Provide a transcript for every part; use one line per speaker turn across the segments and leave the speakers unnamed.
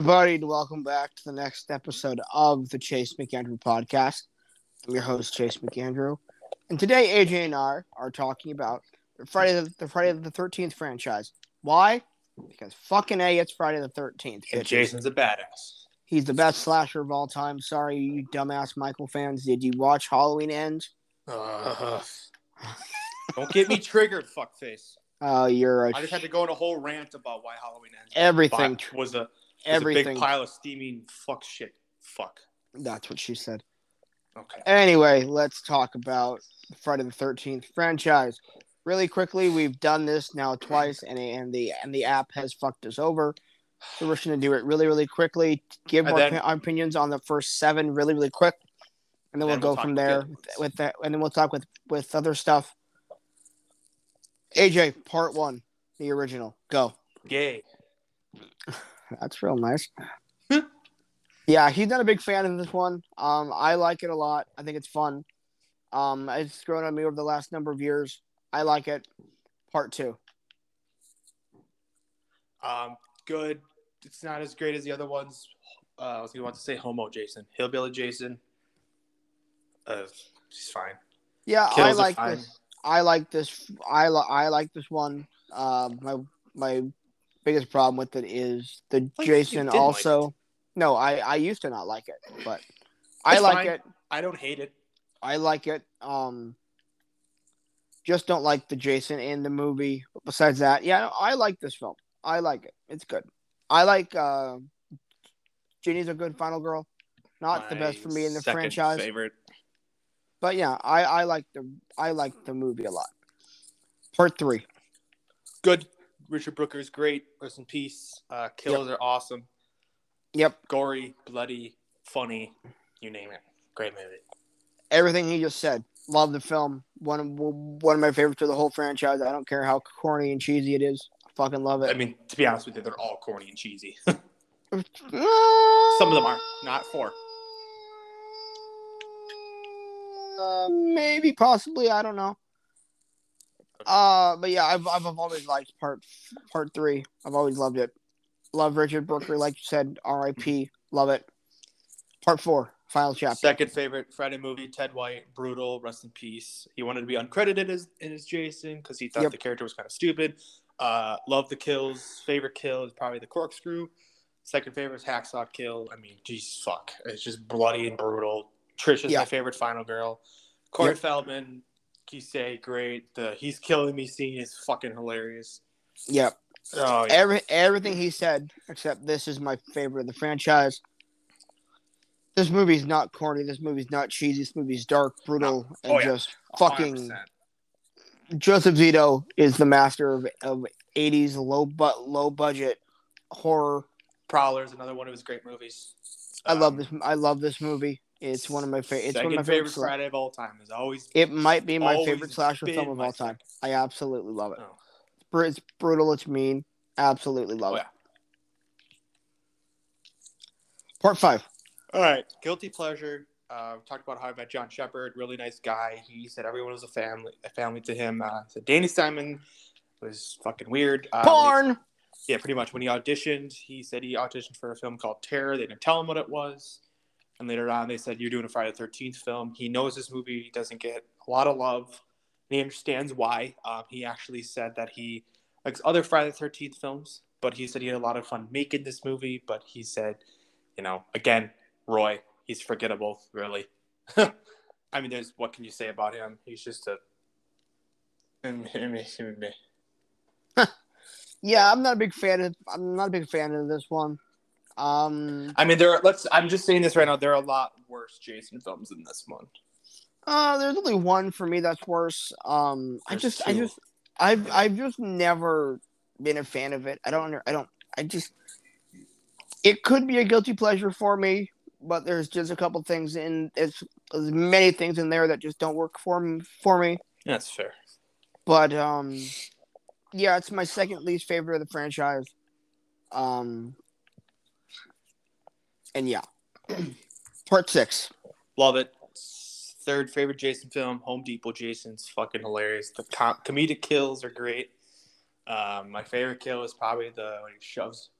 Everybody, and welcome back to the next episode of the Chase McAndrew podcast. I'm your host, Chase McAndrew, and today AJ and I are talking about the Friday the, the Friday the Thirteenth franchise. Why? Because fucking a, it's Friday the Thirteenth.
And Jason's a badass.
He's the best slasher of all time. Sorry, you dumbass Michael fans. Did you watch Halloween Ends? Uh-huh.
Uh, don't get me triggered, fuckface.
Oh, you're a
I just had to go on a whole rant about why Halloween ends.
everything.
Bi- was a was a
everything.
big pile of steaming fuck shit. Fuck.
That's what she said.
Okay.
Anyway, let's talk about the Friday the Thirteenth franchise really quickly. We've done this now twice, and and the and the app has fucked us over. So we're going to do it really, really quickly. Give
And
our,
then-
opi- our opinions on the first seven, really, really quick, and then we'll
Then we'll
go from
talk
there
about the other
with that, and then we'll talk with with other stuff. AJ, part one, the original. Go.
Gay.
That's real nice.
Hmm.
yeah, he's not a big fan of this one. Um, I like it a lot. I think it's fun. Um, it's grown on me over the last number of years. I like it. Part two.
Um, good. It's not as great as the other ones. Uh, I was gonna want to say homo Jason, hillbilly Jason. Uh, she's fine.
Yeah, I
Kills are
like
fine.
this. I like this. I li- I like this one. Um, my my biggest problem with it is the
you
Jason.
didn't like
Also, no, I I used to not like it, but I
It's
like
fine.
it.
I don't hate it.
I like it. Um, just don't like the Jason in the movie. But besides that, yeah, no, I like this film. I like it. It's good. I like uh, Ginny's a good final girl. Not the best for me in the
second
franchise,
Favorite.
but yeah, I, I like the I like the movie a lot. Part three.
Good. Richard Brooker's great. Rest in peace. Uh, kills are awesome.
Yep,
Gory, bloody, funny. You name it. Great movie.
everything he just said. Love the film. One of, one of my favorites of the whole franchise. I don't care how corny and cheesy it is. I fucking love it.
I mean, to be honest with you, they're all corny and cheesy.
Some
Some of them are not four.
Uh, maybe, possibly, I don't know. Uh, but yeah, I've I've, I've always liked part part three. I've always loved it. Love Richard Brooker, like you said, R.I.P. Love it. Part four, final chapter.
Second favorite Friday movie, Ted White, brutal, rest in peace. He wanted to be uncredited as in his Jason because he thought
Yep.
the character was kind of stupid. Uh, love the kills. Favorite kill is probably the corkscrew. Second favorite is hacksaw kill. I mean, Jesus fuck, it's just bloody and brutal. Trish is
Yeah.
my favorite final girl. Corey
Yep.
Feldman, Kisei, great. The he's killing me scene is fucking hilarious.
Yep.
Oh, yeah.
Every everything he said, except this is my favorite of the franchise. This movie's not corny. This movie's not cheesy. This movie's dark, brutal,
Oh,
and
yeah.
just fucking
100%.
Joseph Zito is the master of, of 80s low but low budget horror.
Prowler is another one of his great movies.
I love
Um,
this. I love this movie. It's one of my favorite. It's one of
second
my favorite.
favorite
sla-
Friday of all time. Is always
it might be my
always
favorite slasher
been
film of
my
all time. I absolutely love it.
Oh.
Br- It's brutal. It's mean. Absolutely love
Oh,
it. Part five.
All right, guilty pleasure. Uh, we talked about how I met John Shepard. Really nice guy. He said everyone was a family, a family to him. Uh, so Danny Simon was fucking weird. Uh, when
Porn.
he- yeah, pretty much. When he auditioned, he said he auditioned for a film called Terror. They didn't tell him what it was. And later on, they said you're doing a Friday the Thirteenth film. He knows this movie doesn't get a lot of love. And he understands why. Um, he actually said that he likes other Friday the Thirteenth films, but he said he had a lot of fun making this movie. But he said, you know, again, Roy, he's forgettable, really. I mean, there's what can you say about him? He's just a.
Yeah, I'm not a big fan of. I'm not a big fan of this one. Um.
I mean, there. Are, let's. I'm just saying this right now. There are a lot worse Jason films than this one.
Uh, there's only one for me that's worse. Um, I
There's
just, I
two.
just, I've, I've just never been a fan of it. I don't, under- I don't, I just, it could be a guilty pleasure for me, but there's just a couple things in, it's, there's many things in there that just don't work for me, for me.
That's fair.
But um, yeah, it's my second least favorite of the franchise. Um, and yeah, part six.
Love it. Third favorite Jason film, Home Depot Jason's fucking hilarious. The com- comedic kills are great. Um, my favorite kill is probably the when he shoves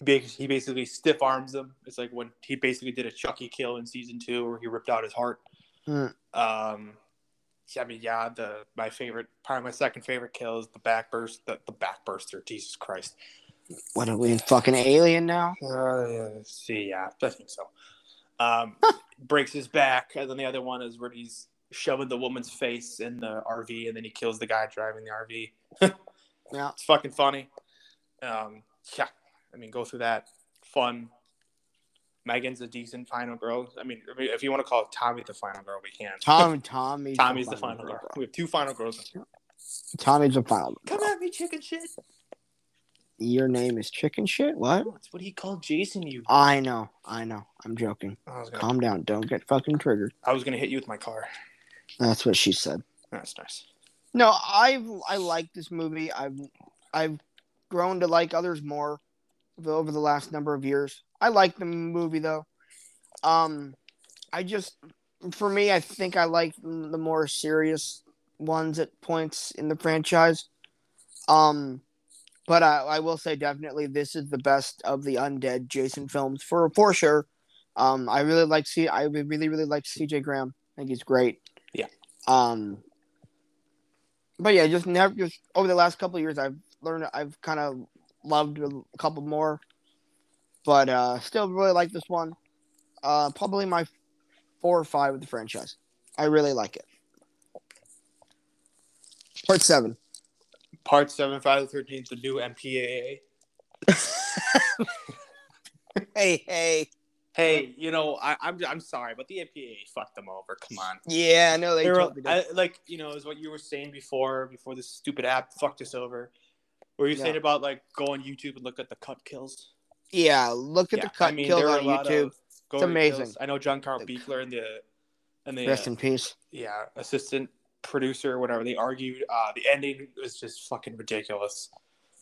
ba- he basically stiff arms them. It's like when he basically did a Chucky kill in season two, where he ripped out his heart.
Hmm.
Um, yeah, I mean, yeah, the my favorite, probably my second favorite kill is the backburst, the, the backburster. Jesus Christ.
What are we in fucking alien now?
Uh, yeah, see, yeah, I think so. Um, breaks his back, and then the other one is where he's shoving the woman's face in the RV, and then he kills the guy driving the RV.
Yeah.
It's fucking funny. Um, yeah, I mean, go through that. Fun. Megan's a decent final girl. I mean, I mean, if you want to call Tommy the final girl, we can.
Tom, Tommy,
Tommy's the final girl. We have two final girls.
Tommy's the final.
Come at me, chicken shit.
Your name is chicken shit. What?
That's what he called Jason. You.
I know, I know. I'm joking.
I was gonna,
Calm down. Don't get fucking triggered.
I was gonna hit you with my car.
That's what she said.
That's nice.
No, I I like this movie. I've I've grown to like others more over the last number of years. I like the movie though. Um, I just for me, I think I like the more serious ones at points in the franchise. Um, but I, I will say definitely this is the best of the undead Jason films for for sure. Um, I really like C. I really really like C.J. Graham. I think he's great.
Yeah.
Um but yeah, just never just over the last couple of years, I've learned I've kind of loved a couple more, but uh, still really like this one. Uh, probably my four or five of the franchise. I really like it. Part seven.
Part seven, Friday the Thirteenth, the new MPAA.
Hey, hey,
Hey, you know, I, I'm I'm sorry, but the MPAA fucked them over. Come on.
yeah, no, they
They were-
totally did.
I- like you know is what you were saying before before this stupid app fucked us over were you
Yeah.
saying about like go on youtube and look at the cut kills
yeah, look at
Yeah,
the cut kills
there were
on
a lot of
YouTube.
gory
amazing.
kills. i know john carl
The-
beekler and the and the
Rest
uh,
in peace.
yeah assistant producer or whatever they argued uh the ending was just fucking ridiculous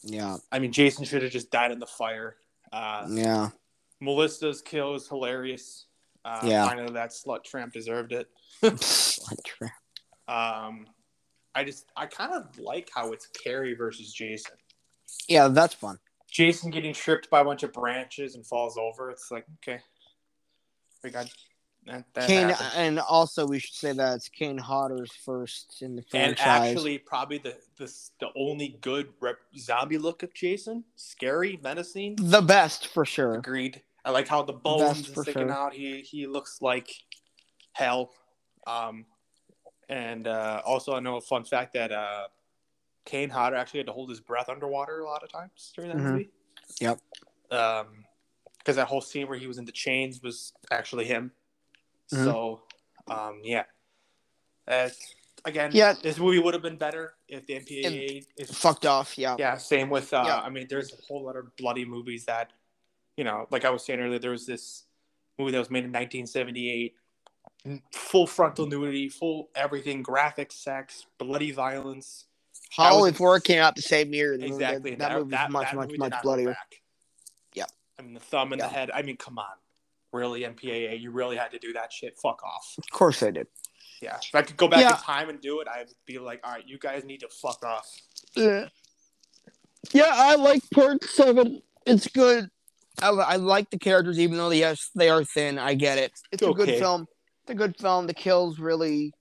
Yeah,
i mean jason should have just died in the fire uh
yeah,
melissa's kill is hilarious uh
Yeah.
i know that slut tramp deserved it
Slut trap.
um i just i kind of like how it's carrie versus jason
yeah. That's fun.
Jason getting tripped by a bunch of branches and falls over. It's like, okay, we got that. that
Kane,
happened.
and also we should say that it's Kane Hodder's first in the
and
franchise.
actually, probably the the, the only good rep, zombie look of Jason. Scary, menacing.
The best for sure.
Agreed. I like how the
That's
bones
for
are sticking
sure.
out. He he looks like hell. Um, and uh, also I know a fun fact that uh, Kane Hodder actually had to hold his breath underwater a lot of times during that
Mhm.
movie.
Yep.
Um, because that whole scene where he was in the chains was actually him.
Mhm.
So, um, yeah. Uh, again,
Yeah.
this movie would have been better if the MPAA is
Fucked off, yeah.
yeah, same with. Uh,
Yeah.
I mean, there's a whole lot of bloody movies that, you know, like I was saying earlier, there was this movie that was made in 1978,
Mm.
full frontal nudity, full everything, graphic sex, bloody violence.
Halloween
was-
Four came out the same year. and
Exactly.
That, that movie was much, much,
movie did
much
not hold
bloodier.
back.
Yeah.
I mean, the thumb and
Yeah.
the head. I mean, come on. Really, MPAA? You really had to do that shit? Fuck off.
Of course they did.
Yeah. If I could go back
Yeah.
in time and do it, I'd be like, all right, you guys need to fuck off.
Yeah, yeah I like Part Seven. It's good. I, I like the characters, even though yes, they are thin. I get it. It's a good
Okay.
film. It's a good film. The kills really.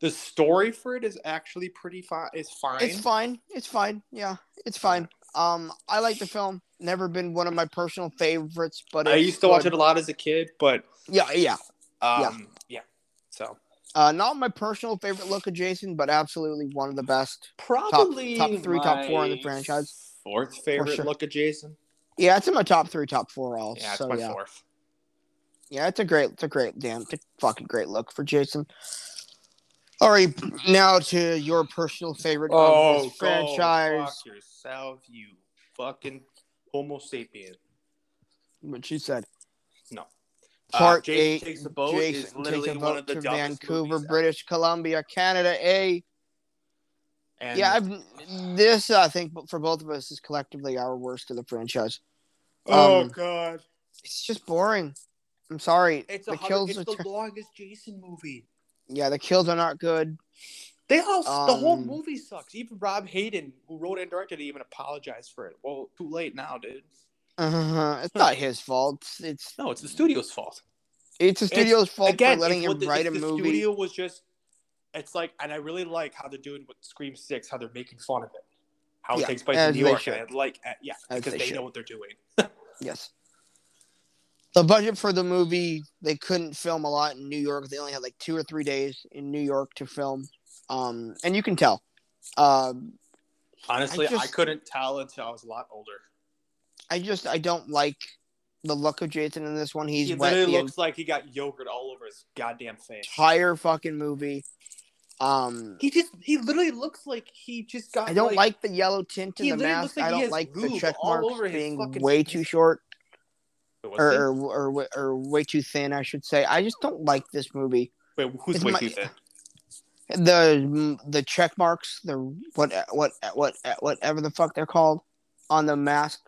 The story for it is actually pretty fine. It's fine.
It's fine. It's fine. Yeah, it's fine. Um, I like the film. Never been one of my personal favorites, but
I
it's
used to watch
good.
it a lot as a kid, but
Yeah, yeah.
um, yeah. So
Uh, not my personal favorite look of Jason, but absolutely one of the best.
probably
top three, top four in the
my
franchise.
Fourth favorite
sure.
look at Jason.
Yeah, it's in my top three, top four. Also,
Oh, Yeah,
yeah,
it's my
yeah.
fourth.
yeah, it's a great, it's a great, damn, it's a fucking great look for Jason. All right, now to your personal favorite of this
Oh, go
franchise,
fuck yourself, you fucking Homo sapien.
what she said.
No. Uh,
Part
Jason
eight.
takes a boat
Jason
is literally
takes a
one
boat
of the
to
dumbest
Vancouver,
movies ever.
British Columbia, Canada. A
And
yeah, I've, this I think for both of us is collectively our worst of the franchise.
oh
um,
god,
It's just boring. I'm sorry.
it's
the
a hundred-
kills.
It's
Are ter-
the longest Jason movie.
yeah, the kills are not good.
They all the whole
Um,
movie sucks. Even Rob Hayden, who wrote and directed it, even apologized for it. Well, too late now, dude.
Uh-huh. It's not his fault. It's
No, it's the studio's fault.
it's the studio's fault
Again,
for letting
it's
him
what the,
write a
it's the
movie.
studio was just. It's like, and I really like how they're doing with Scream Six, how they're making fun of it, how
Yeah,
it takes place
as
in New
they
York.
should.
and I like, uh, yeah,
As
because
they
they,
should.
know what they're doing.
Yes. The budget for the movie, they couldn't film a lot in New York. They only had like two or three days in New York to film. Um, and you can tell. Um,
Honestly, I,
just-
couldn't tell until I was a lot older.
I just I don't like the look of Jason in this one. He's
he
wet
literally
the
looks like he got yogurt all over his goddamn face.
entire fucking movie. Um,
He just—he literally looks like he just got.
I don't like, the yellow tint in
he
the
literally
mask.
looks like
I
he
don't
has
like the
lube
check
all
marks
over his
being
fucking
way
face.
too short
Wait, what's
or, or or or way too thin, I should say. I just don't like this movie.
he- wait, who's
it's
way
my-
too thin?
the the check marks, the what what what whatever the fuck they're called on the mask,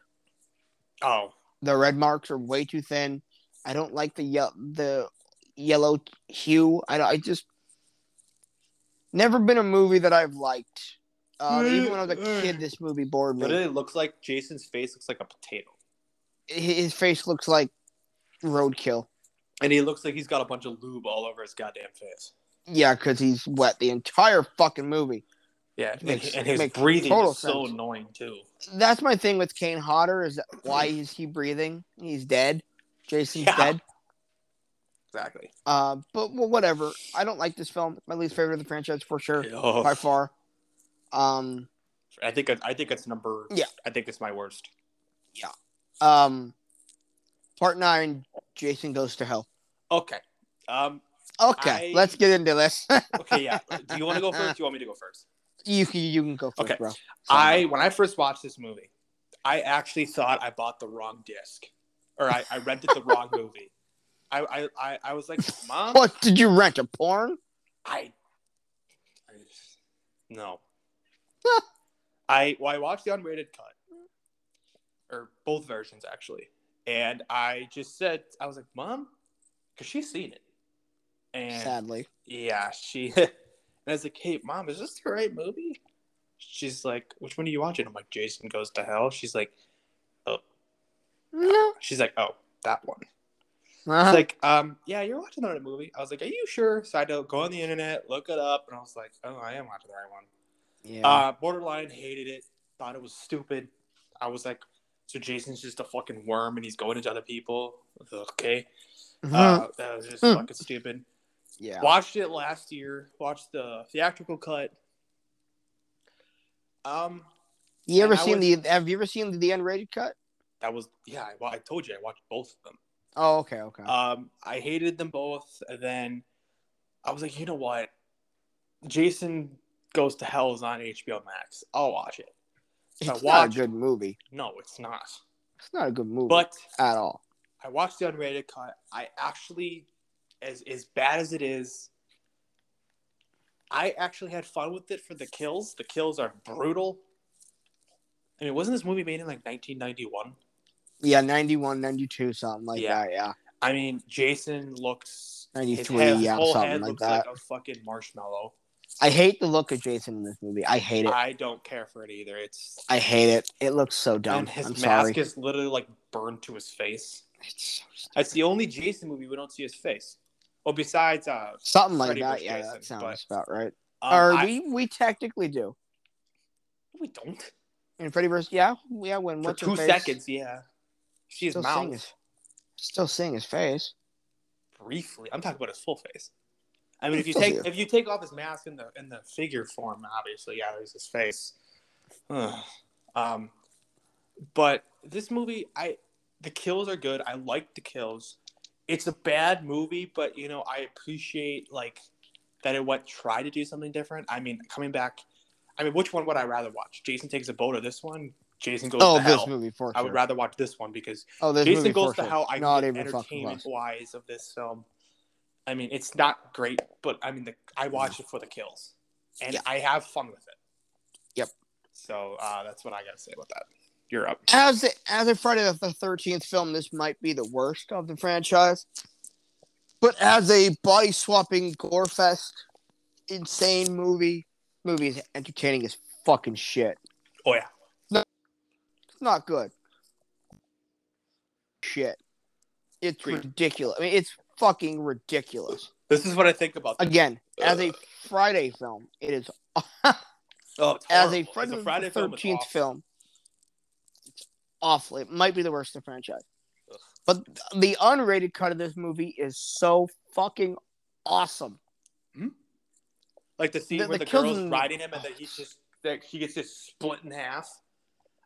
Oh,
the red marks are way too thin. I don't like the ye- the yellow hue. I don't- I just never been a movie that I've liked. Um, even when I was a kid, this movie bored me.
literally looks like Jason's face looks like a potato,
Hi- His face looks like roadkill.
and he looks like he's got a bunch of lube all over his goddamn face.
Yeah, because he's wet the entire fucking movie.
Yeah, and,
Makes-
and his
makes
breathing
total
is so
sense.
annoying too.
that's my thing with Kane Hodder is that why is he breathing? He's dead. Jason's
Yeah.
dead.
Exactly.
Uh, but well, whatever. I don't like this film. It's my least favorite of the franchise for sure,
Oh,
by far. Um,
I think it- I think it's number.
Yeah.
I think it's my worst.
um, part nine. Jason goes to hell.
Okay. Um.
Okay,
I-
let's get into this.
Okay. Yeah. do you want to go first? Do you want me to go first?
you can you can go first,
Okay.
bro.
I when I first watched this movie, I actually thought I bought the wrong disc, or I, I rented the wrong movie. I, I, I, I was like, Mom,
what did you rent a porn?
I, I no. I well, I watched the unrated cut, or both versions actually, and I just said I was like, Mom, because she's seen it, and
Sadly,
yeah, she. and I was like, "Hey, mom, is this the right movie?" She's like, "Which one are you watching?" I'm like, "Jason Goes to Hell." She's like,
no.
"She's like, oh, that one." She's
Uh,
like, "Um, yeah, you're watching the right movie." I was like, "Are you sure?" So I had to go on the internet, look it up, and I was like, "Oh, I am watching the right one."
yeah.
Uh, borderline hated it. Thought it was stupid. I was like, "So Jason's just a fucking worm, and he's going into other people." Okay,
Uh,
uh, that was just
Mm.
fucking stupid.
yeah.
Watched it last year. Watched the theatrical cut. Um,
You ever
and I
seen
was-
the? Have you ever seen the unrated cut?
that was yeah. I, well, I told you I watched both of them.
Oh, okay, okay.
Um, I hated them both. And then I was like, you know what? Jason Goes to Hell is on HBO Max. I'll watch it.
it's
I
not
watched-
a good movie.
No, it's not.
It's not a good movie
But
at all.
I watched the unrated cut. I actually, as as bad as it is, I actually had fun with it for the kills. The kills are brutal. I mean, wasn't this movie made in like 1991?
Yeah, 91, 92, something like
Yeah.
that. Yeah.
I mean, Jason looks his
93,
head, his
yeah,
whole
something
head
like
looks
that.
like a fucking marshmallow.
I hate the look of Jason in this movie. I hate it.
I don't care for it either. It's
I hate it. It looks so dumb.
and his
I'm
mask
sorry.
is literally like burned to his face.
It's so stupid.
That's the only Jason movie we don't see his face. Well, besides, uh,
Something like
Freddy
that.
versus
Yeah,
Jason,
that sounds about right.
um,
or
I-
we we technically do.
we don't.
In Freddy vs. Yeah, yeah. When
for
what's her
two
face-
seconds, yeah. She's
Still
mouth
seeing his, still seeing his face.
briefly. I'm talking about his full face. I mean, if you
Still
take
here.
if you take off his mask in the in the figure form, obviously, yeah, there's his face. Ugh. um, but this movie, I the kills are good. I like the kills. It's a bad movie, but you know, I appreciate like that it what tried to do something different. I mean, coming back, I mean, which one would I rather watch? Jason takes a boat or this one? Jason goes
Oh,
to
this
hell.
movie for sure.
I would rather watch this one because
oh, this
Jason
movie
Goes
for
to
sure.
Hell, I
Not
think
even fucking
entertainment
close.
wise of this film. I mean, it's not great, but I mean, the, I watch it for the kills, and
Yeah.
I have fun with it.
Yep.
So uh, that's what I gotta say about that. You're up.
as as a Friday the Thirteenth film, this might be the worst of the franchise. But as a body swapping gore fest, insane movie, movie is entertaining as fucking shit.
Oh yeah,
It's not good. shit. It's
Agreed.
ridiculous. I mean, it's fucking ridiculous.
This is what I think about.
Again, as a Friday film, it is
Oh, it's
as
horrible.
a Friday, the
film, it's
Thirteenth
awful.
film. It's awful. It might be the worst in the franchise.
Ugh.
But the unrated cut of this movie is so fucking awesome.
Like the scene
The-
where
the
the,
kills
girl's
in-
riding him and that he just that he gets just split in half.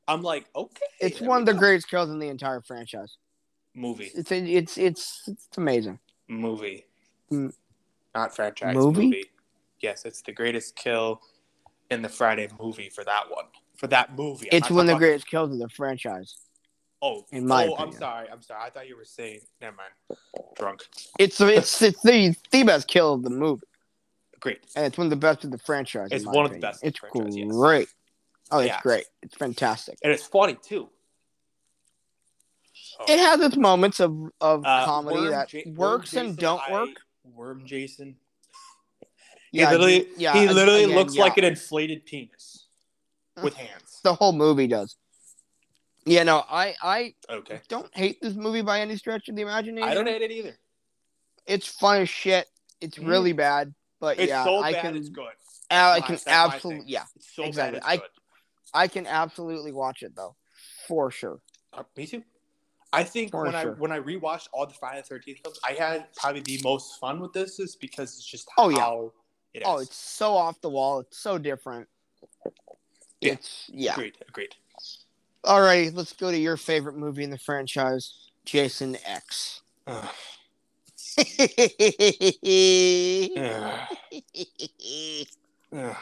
I'm like, okay.
It's
there
one
we
of the
go.
greatest kills in the entire franchise.
movie.
It's it's it's it's amazing.
Movie.
Mm.
Not franchise.
Movie?
Movie? Yes, it's the greatest kill in the Friday movie for that one. For that movie. I'm
it's
not
one of the
talking
greatest kills in the franchise.
about- Oh,
in my
oh, I'm
opinion.
sorry. I'm sorry. I thought you were saying. Never mind. Drunk.
It's it's it's the, the best kill of the movie,
Great.
and it's one of the best of the franchise. in
It's
my
one of the
opinion.
best of the
It's
franchise, yes.
great. Oh, it's
Yeah.
great. It's fantastic.
And it's funny too. Oh.
It has its moments of of
Uh,
comedy
Worm
that
Ja- Worm
works and
Jason,
don't
I-
work.
Worm Jason.
Yeah,
he literally,
yeah,
he
ag-
literally
again,
looks
yeah.
like an inflated penis with hands.
the whole movie does. Yeah, no, I I
Okay.
don't hate this movie by any stretch of the imagination.
I don't hate it either.
It's fun as shit. It's
Mm.
really bad, but
It's
yeah,
so
I
bad
can
it's good.
uh, I
That's
can
my- that's my
absolutely
thing.
yeah,
It's so
exactly.
bad it's good.
I can absolutely watch it though, for sure.
Uh, me too. I think
For
when I
sure.
when I rewatched all the Friday the Thirteenth films, I had probably the most fun with this, is because it's just
Oh, yeah.
how it is.
Oh, it's so off the wall. It's so different.
Yeah.
It's yeah.
agreed. Agreed.
All right, let's go to your favorite movie in the franchise, Jason X.
Ugh. Ugh. Ugh.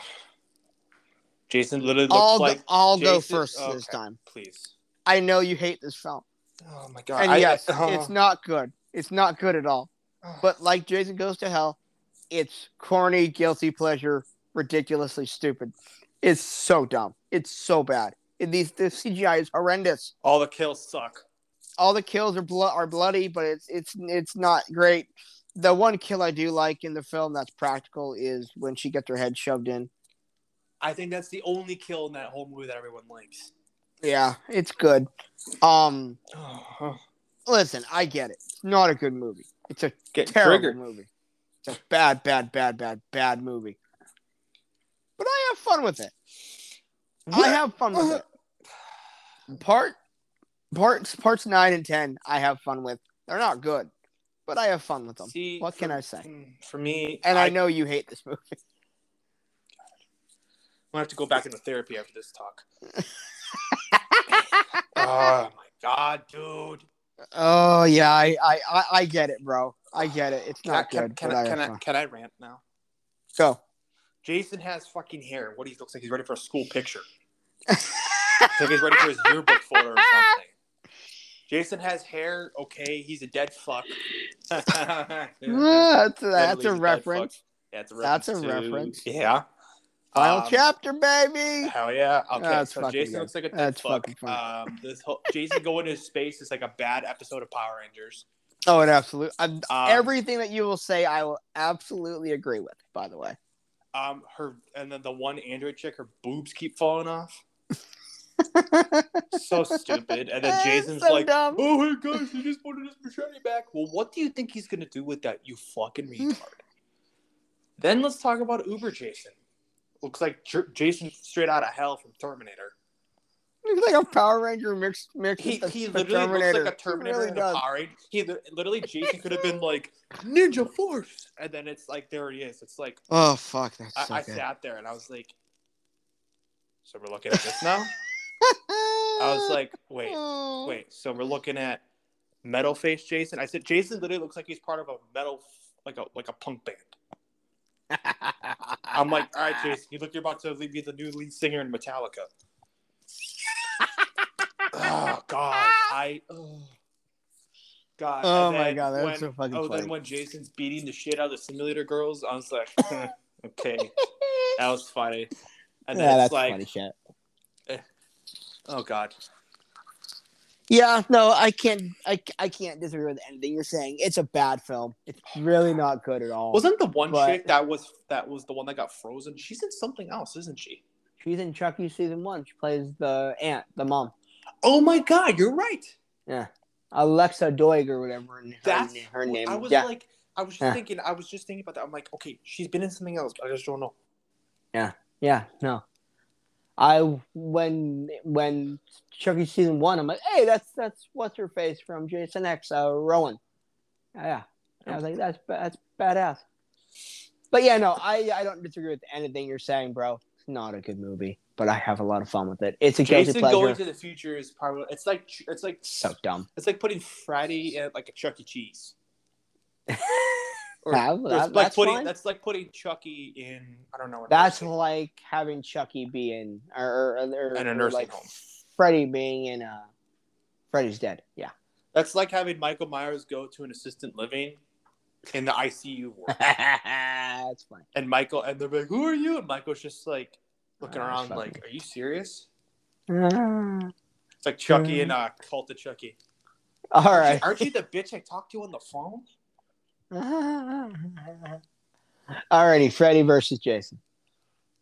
Jason literally looks
I'll
like.
go, I'll go
Jason-
first this
okay.
time.
Please.
I know you hate this film,
Oh my god.
and
I-
yes,
I-
it's not good. It's not good at all.
oh.
But like Jason Goes to Hell, it's corny, guilty pleasure, ridiculously stupid. It's so dumb. It's so bad. And these the CGI is horrendous.
all the kills suck.
all the kills are blo- are bloody, but it's it's it's not great. The one kill I do like in the film that's practical is when she gets her head shoved in.
I think that's the only kill in that whole movie that everyone likes.
Yeah, it's good. Um,
Oh,
listen, I get it. It's not a good movie. It's a
Get
terrible
triggered.
movie. It's a bad, bad, bad, bad, bad movie. But I have fun with it. I have fun with it. Part parts parts nine and ten I have fun with. They're not good, but I have fun with them.
See,
What can
for- mm,
I say?
For me,
And I know you hate this movie.
I'm gonna have to go back into therapy after this talk. oh my god, dude!
Oh yeah, I, I, I, I get it, bro. I get it. It's
Can
not
I, can,
good.
Can,
but
I,
I
can,
have
I,
fun.
can I rant now?
Go.
Jason has fucking hair. What he looks like? He's ready for a school picture. It's like he's ready for his yearbook photo or something. Jason has hair. Okay, he's a dead fuck.
Ah, that's that's
Literally,
a
he's dead
reference.
fuck. That's a reference.
That's a
to-
reference.
Yeah.
Final
Um,
chapter, baby.
Hell yeah. Okay,
That's
so
fucking
Jason
good.
looks like a dead
That's
fuck.
fucking funny.
Um, this whole, Jason going into space is like a bad episode of Power Rangers.
Oh, and absolute. i
Um,
everything that you will say, I will absolutely agree with. By the way,
Um, her and then the one android chick, her boobs keep falling off. so stupid. And then Jason's
So
like,
dumb.
"Oh hey guys, he just wanted his machete back." Well, what do you think he's gonna do with that? You fucking retard. then let's talk about Uber Jason. Looks like Jer- Jason straight out of hell from Terminator.
He's like a Power Ranger mixed mixed
He,
with
he
the
literally
Terminator.
looks like a Terminator
He really
and a
does.
Power Ranger. He li- literally Jason could have been like Ninja Force, and then it's like there he is. It's like
Oh fuck, that's
I,
so
I
good.
sat there and I was like, so we're looking at this now. I was like, wait,
Oh.
wait. So we're looking at Metal Face Jason. I said Jason literally looks like he's part of a metal, like a like a punk band. I'm like, all right, Jason, you look, you're about to be the new lead singer in Metallica. oh God, I. ugh. God.
Oh
and
my
then
god, that's
when-
so fucking
Oh,
funny.
then when Jason's beating the shit out of the simulator girls, I was like, okay, that was funny. And then
yeah,
it's
that's
like,
funny shit.
oh God,
Yeah, no, I can't. I, I can't disagree with anything you're saying. It's a bad film. It's really not good at all.
wasn't the one
Um, But-
chick that was that was the one that got frozen? She's in something else, isn't she?
She's in Chucky season one. She plays the aunt, the mom.
Oh my God, you're right.
Yeah, Alexa Doig or whatever her,
That's
her name.
I was
yeah,
like, I was just
Yeah.
thinking, I was just thinking about that. I'm like, okay, she's been in something else, but I just don't know.
yeah, no. I when when Chucky season one, I'm like, hey, that's that's what's her face from Jason X, uh, Rowan. Oh, Yeah, I was like, that's that's badass. But yeah, no, I I don't disagree with anything you're saying, bro. It's not a good movie, but I have a lot of fun with it. It's a guilty
Jason
pleasure.
going to the future is probably it's like it's like
so dumb.
it's like putting Friday at like a Chuck E. Cheese. Or-
That-
Or
that-
it's like
that's
putting
fine.
that's like putting Chucky in I don't know. an
That's
nursing-
like having Chucky be in or, or, or
in a
or
nursing
like
home.
Freddy being in uh Freddy's dead. Yeah.
That's like having Michael Myers go to an assistant living in the ICU ward,
That's funny.
and Michael and they're like, "Who are you?" And Michael's just like looking
Oh,
around,
fuck.
like, "Are you serious?"
Ah.
It's like Chucky and uh, Cult of Chucky.
All
Aren't you-
right.
aren't you the bitch I talked to on the phone?
Ah. Alrighty, Freddy versus Jason.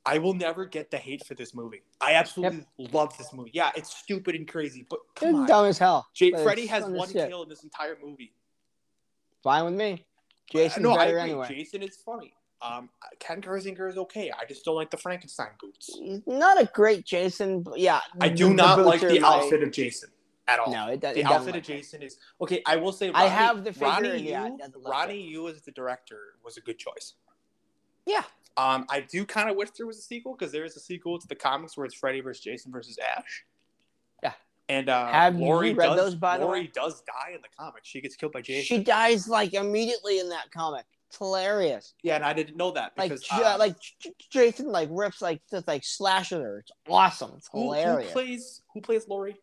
I will never get the hate for this movie. I absolutely love this movie. Yeah, it's stupid and crazy, but come
It's
on.
dumb as hell.
Jay,
but
Freddy
it's
has
fun as
one
shit.
kill in this entire movie.
Fine with me. Jason's
Uh, no, I
better
agree.
anyway.
Jason is funny. Um, Ken Kersinger is okay. I just don't like the Frankenstein boots.
He's not a great Jason, but yeah.
I
the-
do not
boots
like
are
the
my-
outfit of Jason at all.
No, it, do- it
the
doesn't.
outfit
like
of
it.
Jason is okay. I will say, Ronnie,
I have the figure,
Ronnie
and yeah, it
Yu-
doesn't look
Ronnie Yu as the director was a good choice.
Yeah.
Um, I do kind of wish there was a sequel because there is a sequel to the comics where it's Freddy versus Jason versus Ash.
Yeah.
And uh,
Have you
Lori
read
does,
those, by the
Lori
way?
does die in the comics. She gets killed by Jason.
She dies like immediately in that comic. It's hilarious.
yeah, and I didn't know that
Like,
because
J-
uh,
like J- J- Jason like rips like just like slashes her. It's awesome. It's
who, who
hilarious.
plays who plays Lori?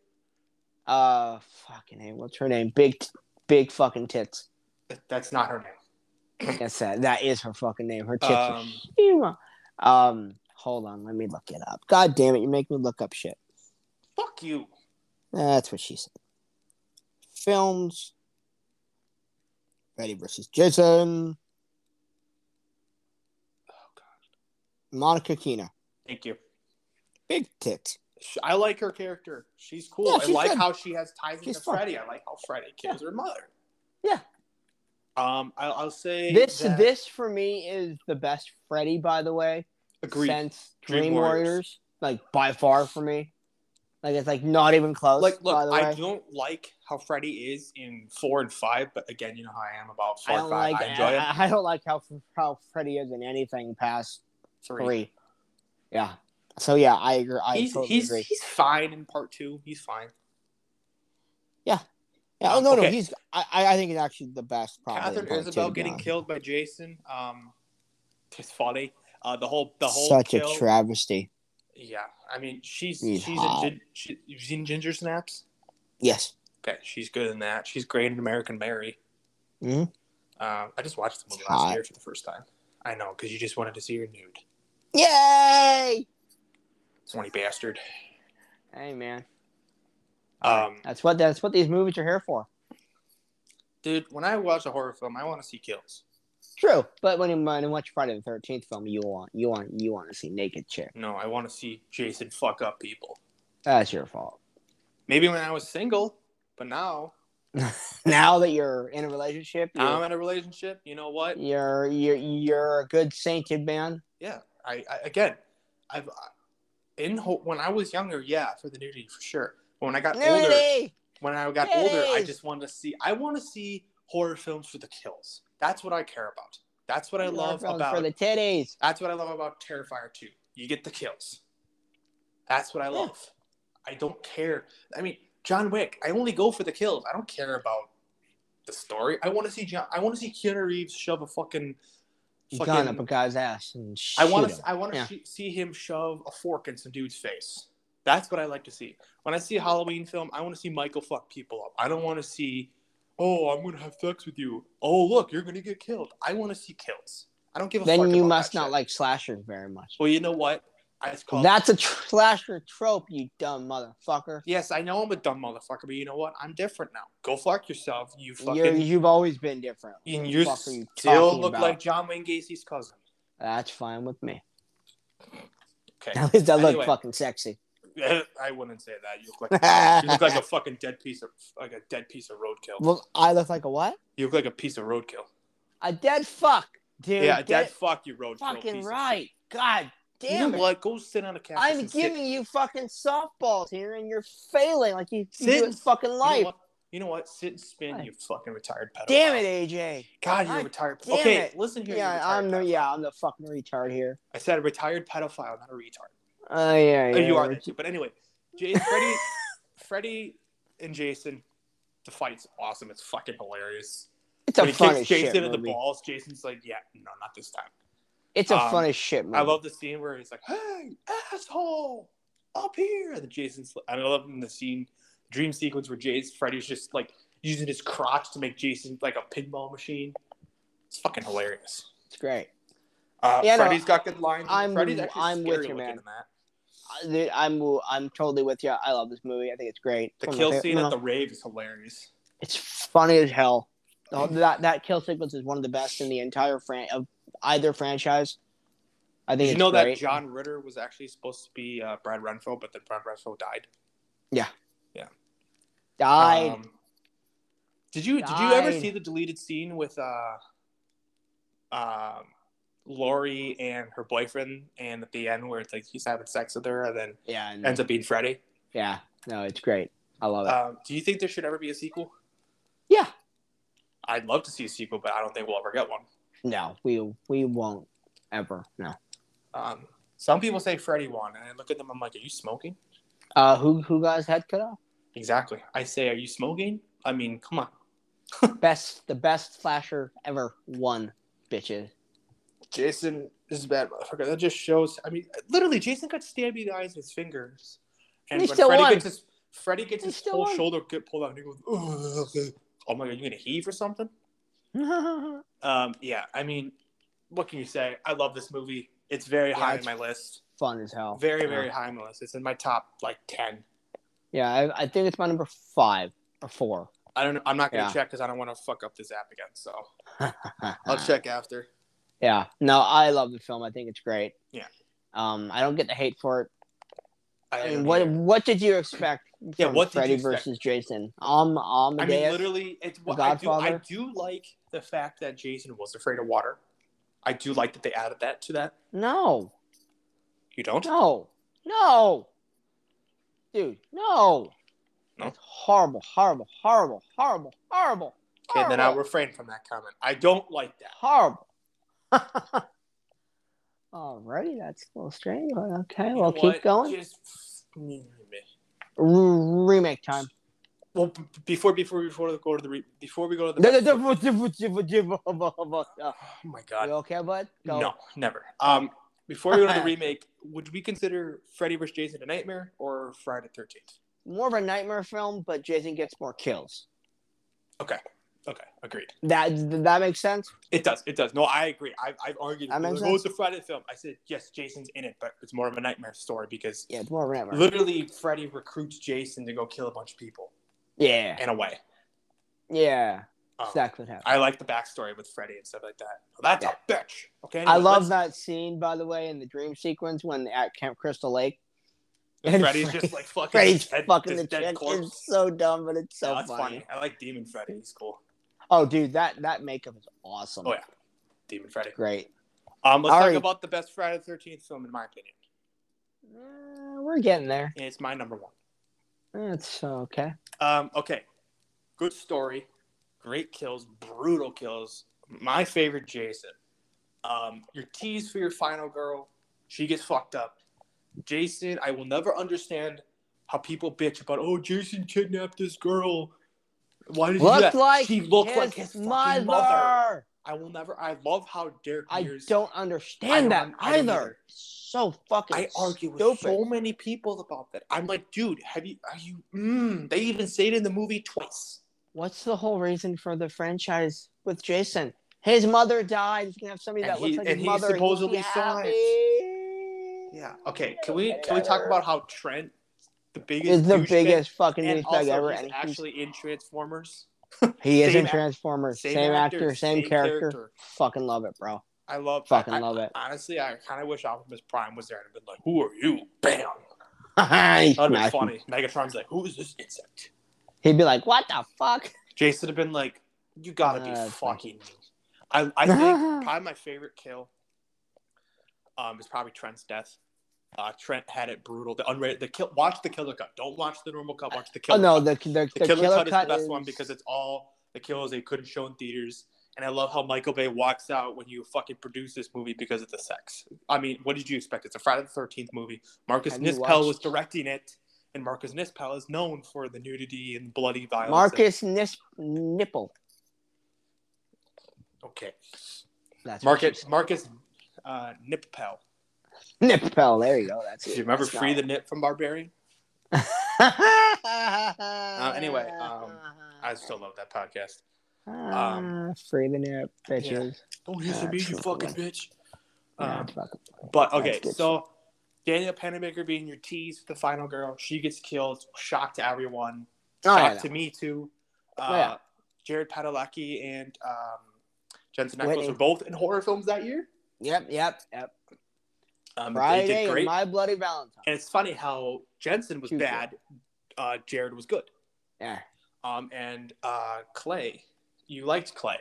uh, fucking name. What's her name? Big, t- big fucking tits.
That- That's not her name.
That's that. That is her fucking name. Her tits. are
Um,
huge. um, hold on. Let me look it up. God damn it! You make me look up shit.
fuck you.
That's what she said. Films. Freddy versus Jason. Monica Keena.
Thank you.
Big tits.
Sh- I like her character. She's cool.
Yeah,
I
she's
like
good.
how she has ties
She's
into
fun.
Freddy. I like how Freddy kills her mother.
Yeah.
Um, I'll, I'll say
This
that-
this for me is the best Freddy, by the way,
Agreed.
since Dream,
Dream
Warriors.
Warriors.
Like by far for me. Like it's like not even close.
Like,
by
look,
the
I
way.
don't like how Freddy is in four and five, but again, you know how I am about
I
four
don't
and five.
like
I enjoy
I,
it.
I don't like how how Freddy is in anything past
Three.
three. Yeah. So yeah, I agree. I
He's,
totally
he's,
agree.
he's fine in part two. He's fine.
Yeah, oh no, no,
okay.
he's. I, I I think it's actually the best. Probably
Catherine
in part two,
Isabel
to be
getting
honest.
killed by Jason. Um, it's funny. Uh, the whole the whole
Such
kill.
a travesty.
Yeah, I mean she's
He's
she's in,
hot.
gin- she, you've seen Ginger Snaps.
Yes.
Okay, she's good in that. She's great in American Mary.
Mhm.
Uh, I just watched the movie
Hot.
last year for the first time. I know because you just wanted to see her nude,
Yay!
Swanny bastard.
Hey man,
Um,
that's what that's what these movies are here for.
dude, when I watch a horror film, I want to see kills.
True, but when you when you watch Friday the Thirteenth film, you want you want you want to see naked chick.
No, I want to see Jason fuck up people.
That's your fault.
Maybe when I was single, but now
Now that you're in a relationship, you're
I'm in a relationship. You know what?
you're, you're you're a good sainted man.
yeah i, I again i've in ho- when i was younger yeah for the nudity for sure but when i got older
Nudity.
when i got
There it
older i
is.
just wanted to see i want to see horror films for the kills that's what i care about that's what i love
Girlfriends
about
for the titties.
that's what i love about terrifier 2 you get the kills that's what i
Yeah.
love i don't care i mean john wick i only go for the kills i don't care about the story i want to see john i want to see keanu reeves shove a fucking
Gun up a guy's ass and
I
shoot
want
him.
to. I want to
Yeah.
see him shove a fork in some dude's face. That's what I like to see. When I see a Halloween film, I want to see Michael fuck people up. I don't want to see, oh, I'm gonna have sex with you. Oh, look, you're gonna get killed. I want to see kills. I don't give a fuck.
Then you
about
must
that
not
shit.
like slashers very much.
Well, you know what? I just call
That's a tr- slasher trope, you dumb motherfucker.
Yes, I know I'm a dumb motherfucker, but you know what? I'm different now. Go fuck yourself. You
You're,
fucking.
you've always been different.
and you
fuck are you
still
talking
look
about?
like John Wayne Gacy's cousin.
That's fine with me.
Okay.
At least I look
Anyway.
fucking sexy.
I wouldn't say that. You look like you look like a fucking dead piece of like a dead piece of roadkill.
Well, I look like a what?
You look like a piece of roadkill.
A dead fuck, dude.
yeah,
Get
dead
it
fuck you roadkill.
Fucking
piece of shit.
right. God damn
you know
it.
what? Go sit on a couch.
I'm
and sit.
giving you fucking softballs here, and you're failing like you, you do
Sit.
in fucking
You know
life.
what? You know what? Sit and spin.
Why?
You fucking retired pedo.
Damn it, AJ.
God, you're a
God
retired.
damn
okay,
it.
listen here.
Yeah,
you
I'm
retired
the
pedophile.
yeah, I'm the fucking retard here.
I said a retired pedophile, not a retard.
Oh yeah, yeah.
Oh, you are
we're-
that too. But anyway, Jay, Freddy, Freddy, and Jason. The fight's awesome. It's fucking hilarious.
It's a
when he
funny
kicks
shit
Jason in the
movie.
balls, Jason's like, "Yeah, no, not this time."
It's a
Um,
funny shit movie.
I love the scene where he's like, "Hey, asshole, up here!" And Jason's. I love in the scene, dream sequence where Jason, Freddy's just like using his crotch to make Jason like a pinball machine. It's fucking hilarious.
It's great.
Uh,
Yeah, no,
Freddy's got good lines.
I'm-
Freddy's actually
I'm
scary
with you,
looking
man.
in that.
I- dude, I'm I'm totally with you. I love this movie. I think it's great. It's
The
one of my
kill
favorite-
scene
no,
at the rave is hilarious.
It's funny as hell. The whole- That that kill sequence is one of the best in the entire fran- of either franchise. I think
Did you
it's
know
great.
that John Ritter was actually supposed to be uh, Brad Renfro, but then Brad Renfro died.
died.
Um, did you did you ever
Died.
see the deleted scene with uh, um, Lori and her boyfriend, and at the end where it's like he's having sex with her, and then
yeah, no,
ends up being Freddy?
yeah. No, it's great. I love it.
Um, do you think there should ever be a sequel?
yeah.
I'd love to see a sequel, but I don't think we'll ever get one.
No, we we won't ever. No.
Um, some people say Freddy won, and I look at them. I'm like, are you smoking?
Uh, who who got his head cut off?
Exactly. I say, are you smoking? I mean, come on.
Best the best flasher ever. One bitches.
Jason is a bad motherfucker. That just shows. I mean, literally, Jason got stabbed in the eyes with his fingers,
And he still
Freddy
won.
gets his Freddy gets
He
his
still
whole
won.
shoulder get pulled out, and he goes, "Ugh." "Oh my god, you gonna heave or something?"
yeah,
Um, yeah. I mean, what can you say? I love this movie. It's very
Yeah,
high
it's-
on my list.
fun as hell. Uh,
Very, very high on my list. It's in my top like ten.
Yeah, I, I think it's my number five or four.
I don't. I'm not gonna
Yeah.
check because I don't want to fuck up this app again. So I'll check after.
Yeah, no, I love the film. I think it's great.
Yeah.
Um, I don't get the hate for it.
I,
I
don't
mean, what
either.
what did you expect
Yeah,
from
what did you
Freddy
expect?
versus Jason? Um,
I
Amadeus.
mean, literally, it's what
The
I do. I
Godfather.
do like the fact that Jason was afraid of water. I do like that they added that to that.
No,
You don't?
no, no, dude, no.
No?
It's horrible, horrible, horrible, horrible, horrible.
Okay, then I'll
horrible.
refrain from that comment. I don't like that.
horrible. Alrighty, that's a little strange. but Okay,
You
well,
know
keep
what?
going.
Just
Re- remake time.
well, b- before before before we go to the re- before we go to the
you
oh my god
okay, bud? Go.
no never um before we go to the remake would we consider Freddy vs Jason a nightmare or Friday Thirteenth?
More of a nightmare film, but Jason gets more kills.
Okay, agreed.
That that makes sense.
It does. It does. No, I agree. I've, I've argued.
That
That
makes
like, oh, it's a Friday film. I said, yes, Jason's in it, but it's more of a nightmare story because
Yeah, it's more of a nightmare.
literally Freddy recruits Jason to go kill a bunch of people
yeah,
in a way.
yeah,
Um,
exactly. What happened.
I like the backstory with Freddy and stuff like that. Oh, that's a bitch. Okay.
I
anyway,
love
let's-
that scene, by the way, in the dream sequence when at Camp Crystal Lake,
and Freddy's just like fucking.
Freddy's
dead-
fucking
this
the
dead
chick.
corpse.
It's so dumb, but it's so
No, that's
funny.
funny. I like Demon Freddy. He's cool.
Oh, dude, that that makeup is awesome.
Oh, yeah. Demon Freddy.
great.
Um, let's
All
talk
right.
about the best Friday the Thirteenth film in my opinion.
Uh, we're getting there.
And It's my number one.
That's okay.
Um, okay. Good story. Great kills. Brutal kills. My favorite Jason. Um, your tease for your final girl. She gets fucked up. Jason, I will never understand how people bitch about, oh, Jason kidnapped this girl. Why did he do
Looked
that?
like
she looked like his fucking mother.
mother.
I will never. I love how Derek.
I
Mears-
don't
I
understand
don't-
that
I don't
either.
either.
So fucking.
I argue with
stupid.
so many people about that. I'm like, dude, have you? Are you? Mm, they even say it in the movie twice.
What's the whole reason for the franchise with Jason? His mother died. He's gonna have somebody
And
that looks
he-
like
and
his
he
mother. He'd be
supposedly saw it.
happy.
Yeah. Okay. Can we can we talk about how Trent, the biggest,
He's the
douchebag,
biggest fucking
and
douchebag
also
ever,
he's
and he's-
actually in Transformers.
he is
same
in
act-
Transformers. Same, actor, same, character. Fucking love it, bro.
I love.
Fucking
I-
love it.
Honestly, I kind of wish Optimus Prime was there and been like, "Who are you?" Bam. That'd be
Nice.
funny. Megatron's like, who is this insect?
He'd be like, "What the fuck?"
Jason had been like, you gotta
Uh,
be
that's funny.
fucking. I I think probably my favorite kill. Um, is probably Trent's death. Uh, Trent had it brutal. The unrated, the kill. Watch the killer cut. Don't watch the normal cut. Watch the
Oh
killer.
no,
cut.
the the, the,
the, killer, cut, is the best
is-
one because it's all the kills they couldn't show in theaters. And I love how Michael Bay walks out when you fucking produce this movie because of the sex. I mean, what did you expect? It's a Friday the Thirteenth movie. Marcus
And you
Nispel was
watched-
directing it, and Marcus Nispel is known for the nudity and bloody violence.
Marcus Nis- Nipple.
Okay.
That's what
Marcus Marcus uh, Nippel.
she- Nipple. There you go. That's
Do
it.
you remember
That's
Free
not-
the Nip from Barbarian? Uh, anyway, um, I still love that podcast. um,
Ah, free the nip, bitches.
Don't hiss at me, you fucking bitch.
Ah,
Um,
fuck 'em.
But
That's
okay,
good
so Daniel Panabaker being your tease, the final girl, she gets killed. Shock to everyone.
Oh,
Shock
yeah, no.
to me too. Uh,
yeah.
Jared Padalecki and um, Jensen
Wait,
Ackles were
and-
both in horror films that year.
Yep, yep, yep.
Um, they
Friday,
did
and
great.
my bloody Valentine.
and it's funny how Jensen was
Huge
bad, uh, Jared was good.
Yeah,
Um, and uh, Clay, you liked Clay,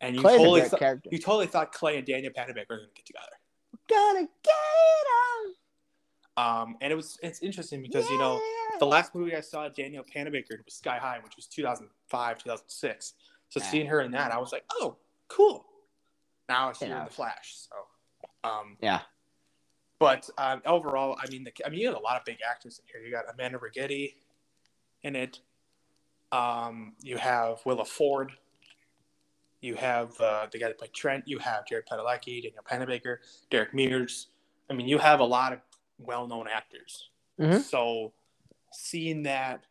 and you
Clay's a
totally
great
thought-
character.
you totally thought Clay and Daniel Panabaker were going to get together.
gonna get
Um, and it was it's interesting because you know the
the
last movie I saw Danielle Panabaker was Sky High, which was 2005, 2006. So
Yeah.
seeing her in that, I was like, oh, cool. Now I see her
Yeah.
in the Flash. So, um,
Yeah.
But um, overall, I mean, the, I mean, you had a lot of big actors in here. You got Amanda Rigetti in it. Um, you have Willa Ford. You have uh, the guy that played Trent. You have Jared Padalecki, Daniel Panabaker, Derek Mears. I mean, you have a lot of well-known actors.
Mhm.
So seeing that,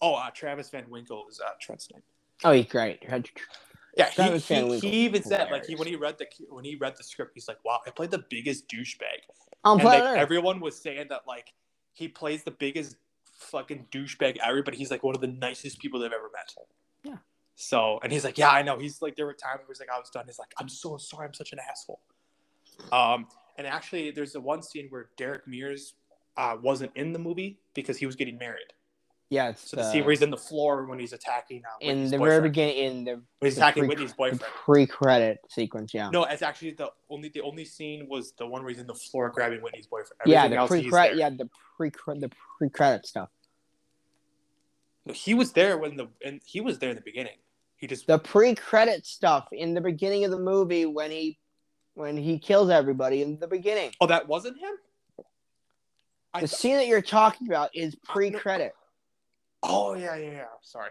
oh, uh, Travis Van Winkle is uh, Trent's name.
oh, he's great.
Yeah, he,
Travis Van
he,
Winkle.
he even said like he
Hilarious.
when he read the when he read the script, he's like, "Wow, I played the biggest douchebag."
On
And like
planet Earth.
everyone was saying that like he plays the biggest fucking douchebag ever, but he's like one of the nicest people they've ever met.
Yeah.
So and he's like, yeah, I know. He's like, there were times where he's like, I was done. He's like, I'm so sorry, I'm such an asshole. Um, and actually, there's the one scene where Derek Mears uh, wasn't in the movie because he was getting married.
yeah, it's
So the scene where he's in the floor when he's attacking uh,
uh, in
Whitney's
the very
boyfriend.
beginning, in the,
when he's
the
attacking
pre-
Whitney's
the
boyfriend.
pre-credit sequence. Yeah,
No, it's actually the only the only scene was the one where he's in the floor grabbing Whitney's boyfriend.
yeah,
Everything
the
else, he's
pre-credit.
there.
Yeah, the pre the pre-credit stuff.
He was there when the and he was there in the beginning. He just
The pre-credit stuff in the beginning of the movie when he when he kills everybody in the beginning.
oh that wasn't him. I
The
th-
scene that you're talking about is pre-credit.
oh yeah yeah yeah. Sorry.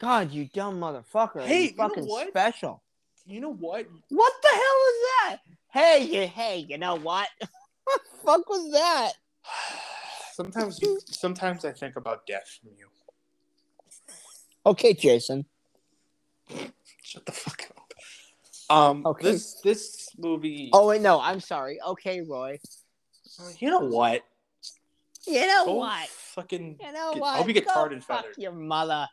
God, you dumb motherfucker! you
Hey, you know
fucking
what?
special.
You know what?
What the hell was that? Hey, you, hey, you know what? what the fuck was that?
Sometimes you, sometimes I think about death from you.
Okay, Jason.
Shut the fuck up. Um,
Okay.
this this movie.
Oh wait, no, I'm sorry. Okay, Roy.
you know what?
You know
Go
what?
Fucking.
You know
Get-
what?
I hope you get
Go
tarred and
fuck
feathered.
your mother.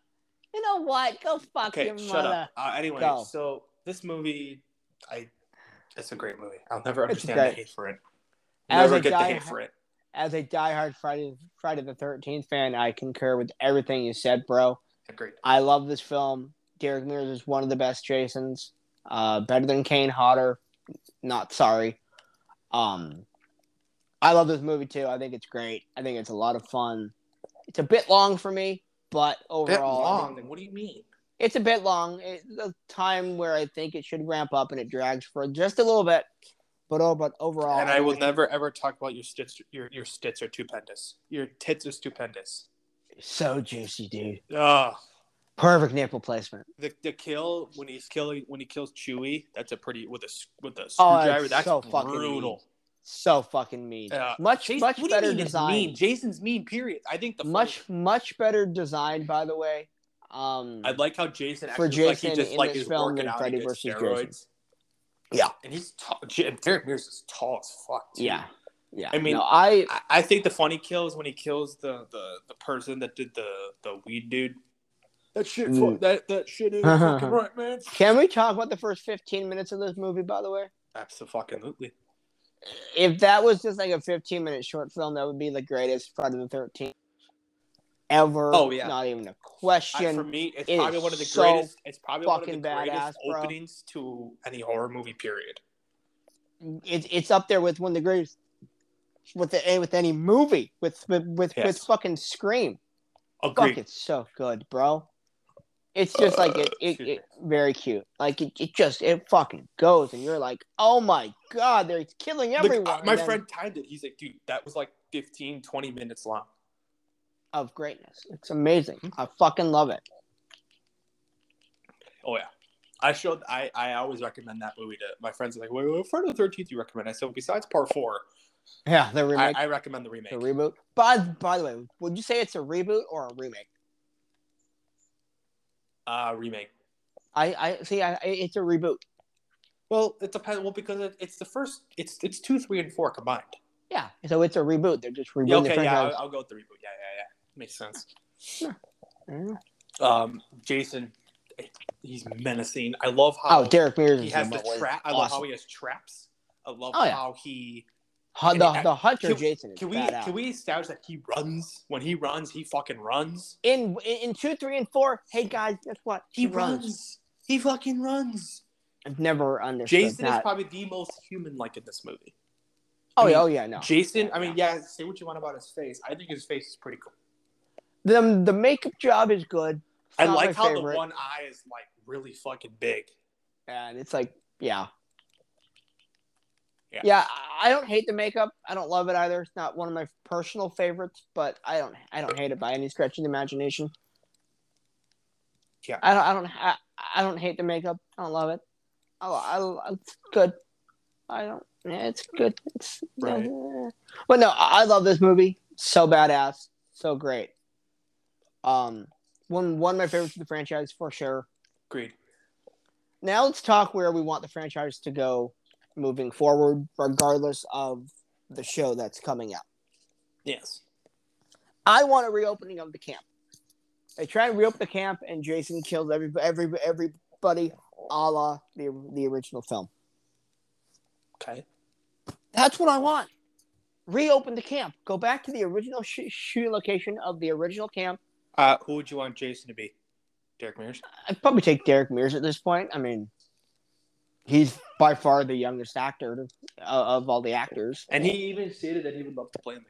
You know what? Go fuck
Okay,
your
shut
mother.
up. Uh, anyway,
Go.
so this movie, I, it's a great movie. I'll never
It's
understand the
great.
hate for it.
As
never
a
get the
guy-
hate for it.
As a diehard Friday Friday the Thirteenth fan, I concur with everything you said, bro.
Agreed.
I love this film. Derek Mears is one of the best Jasons. Uh, better than Kane Hodder. Not sorry. Um, I love this movie too. I think it's great. I think it's a lot of fun. It's a bit long for me, but
Bit
overall, I think
long. What do you mean?
it's a bit long. It's a time where I think it should ramp up, and it drags for just a little bit. But oh, but overall,
and I will
think
never ever talk about your stits. Your your stits are stupendous. Your tits are stupendous.
it's so juicy, dude.
Ugh.
Perfect nipple placement.
The, the kill when he's killing when he kills Chewie. That's a pretty with a s- with a
Oh, that's
screwdriver. that's
so fucking
brutal.
So fucking mean.
Yeah.
much
Jason-
much
what do you
better
mean it's
design.
Mean? Jason's mean. Period. I think the
much much better design, by the way. Um,
I like how Jason
For
actually looks like he
Jason
just
in
like
this
is
film
working
than
out
Freddy
and gets
versus
steroids.
Jason. Yeah.
and he's tall. J- Derek Mears is tall as fuck. too.
yeah, yeah.
I mean,
No, I
I, I think the funny kill is when he kills the the, the person that did the the weed dude. That shit. fu-
Mm.
That that shit ain't right, man.
can we talk about the first fifteen minutes of this movie, by the way.
Absolutely.
if that was just like a 15 minute short film, that would be the greatest Friday the 13th ever.
Oh, yeah.
Not even a
I, for
question.
me, it's
It is
probably one of the
so
greatest. It's probably one of the
fucking
greatest
badass, bro.
openings to any horror movie. Period.
It, it's up there with one of the greatest with the, with any movie with with with, with
Yes.
fucking Scream. Fuck,
Agreed.
it's so good, bro. It's just like it, it,
excuse
it very cute. Like it, it just it fucking goes, and you're like, oh my god, they're killing
Like,
everyone.
uh, my
And then-
friend timed it. He's like, dude, that was like 15, 20 minutes long.
of greatness. It's amazing.
Hmm?
I fucking love it.
Oh yeah. I showed. I, I always recommend that movie to my friends. Are like, wait, what Friday the Thirteenth you recommend? I said, besides Part Four,
Yeah, the
I,
remake,
I recommend the remake.
the reboot. By by the way, would you say it's a reboot or a remake?
uh, remake.
I I see. I I- it's a reboot.
Well, it depends. Well, because it, it's the first. It's it's two, three, and four combined.
Yeah, so it's a reboot. They're just rebooting
Yeah,
the
okay, yeah, uh,
franchise.
I'll, I'll go with the reboot. Yeah, yeah, yeah. Makes sense.
Mm.
Um, Jason, he's menacing. I love how
Oh, Derek Mears
he
is
has
in
the
that one.
trap. I love how
Awesome.
he has traps. I love
Oh, yeah.
how he.
Hu-
and
the
he- uh,
the Hunter
can-
Jason is
Can we
badass.
can we establish that he runs? When he runs, he fucking runs.
in, in in two, three, and four? Hey guys, guess what?
He runs. He fucking runs.
I've never understood
Jason is
that.
probably the most human-like in this movie.
oh,
I mean,
yeah, oh yeah, no.
Jason,
Yeah,
I mean, yeah, say what you want about his face. I think his face is pretty cool.
The the makeup job is good. It's
I
not
like
my
how
favorite.
the one eye is like really fucking big.
and it's like yeah.
Yeah.
Yeah, I- I don't hate the makeup. I don't love it either. It's not one of my personal favorites, but I don't I don't hate it by any stretch of the imagination.
Yeah.
I don't I don't I, I don't hate the makeup. I don't love it. I, I it's good. I don't yeah, it's good. It's
Right.
But no, I I love this movie. So badass, so great. Um one one of my favorites of the franchise for sure
Agreed.
now let's talk where we want the franchise to go moving forward, regardless of the show that's coming out.
Yes.
I want a reopening of the camp. They try and reopen the camp, and Jason kills every every everybody, a la the the original film.
Okay.
That's what I want. Reopen the camp. Go back to the original sh- shooting location of the original camp.
Uh, who would you want Jason to be? Derek Mears.
I'd probably take Derek Mears at this point. I mean, he's by far the youngest actor of, of all the actors.
And he even stated that he would love to play him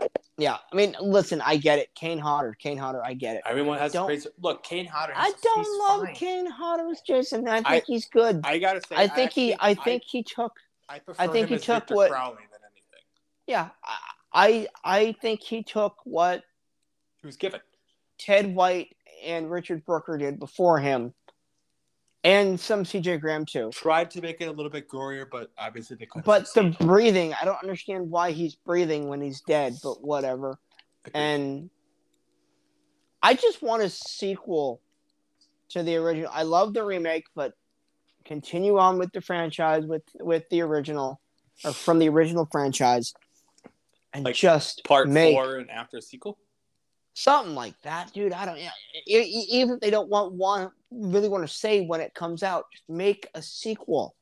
again.
Yeah, I mean, listen, I get it. Kane Hodder, Kane Hodder, I get it.
Everyone has
Don't-
crazy. Look, Kane Hodder.
I
he's- he's
don't love
fine.
Kane Hodder as Jason. I think
I-
he's good. I,
I gotta say,
think he,
actually-
I think he took.
I, I, prefer
I think
him
he
as
took
Victor
what-
Crowley than anything.
Yeah, I, I, I think he took what
He was given.
Ted White and Richard Brooker did before him, and some C.J. Graham too.
Tried to make it a little bit gorier, but obviously they couldn't.
But the
succeed.
breathing, I don't understand why he's breathing when he's dead. But whatever. and I just want a sequel to the original. I love the remake, but continue on with the franchise with with the original or from the original franchise, and
Like
just
part
make
four and after a sequel.
something like that, dude. I don't. yeah, e- e- Even if they don't want want really want to say when it comes out, just make a sequel,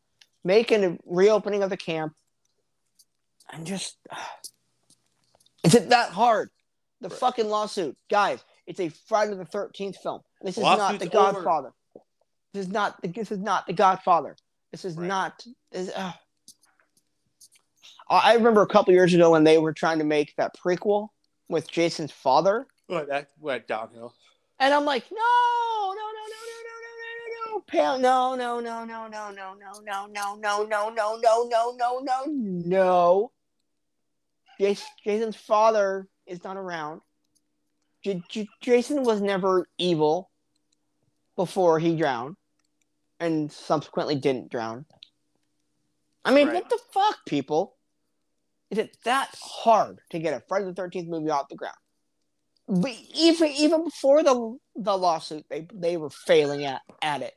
make a reopening of the camp, and just is it that hard? The
Right.
fucking lawsuit, guys. It's a Friday the Thirteenth film. This is not The
Lawsuit's over.
Godfather. This is not. This is not The Godfather. This is
Right.
not. This, uh. I I remember a couple years ago when they were trying to make that prequel with Jason's father.
Well, that went downhill.
And I'm like, no, no, no, no, no, no, no, no, no, no, pal, no, no, no, no, no, no, no, no, no, no, no, no, no, no, no, no, no. Jas- Jason's father is not around. J- J- Jason was never evil before he drowned, and subsequently didn't drown. I mean,
Right.
what the fuck, people? Is it that hard to get a Friday the Thirteenth movie off the ground? but even even before the the lawsuit, they they were failing at at it.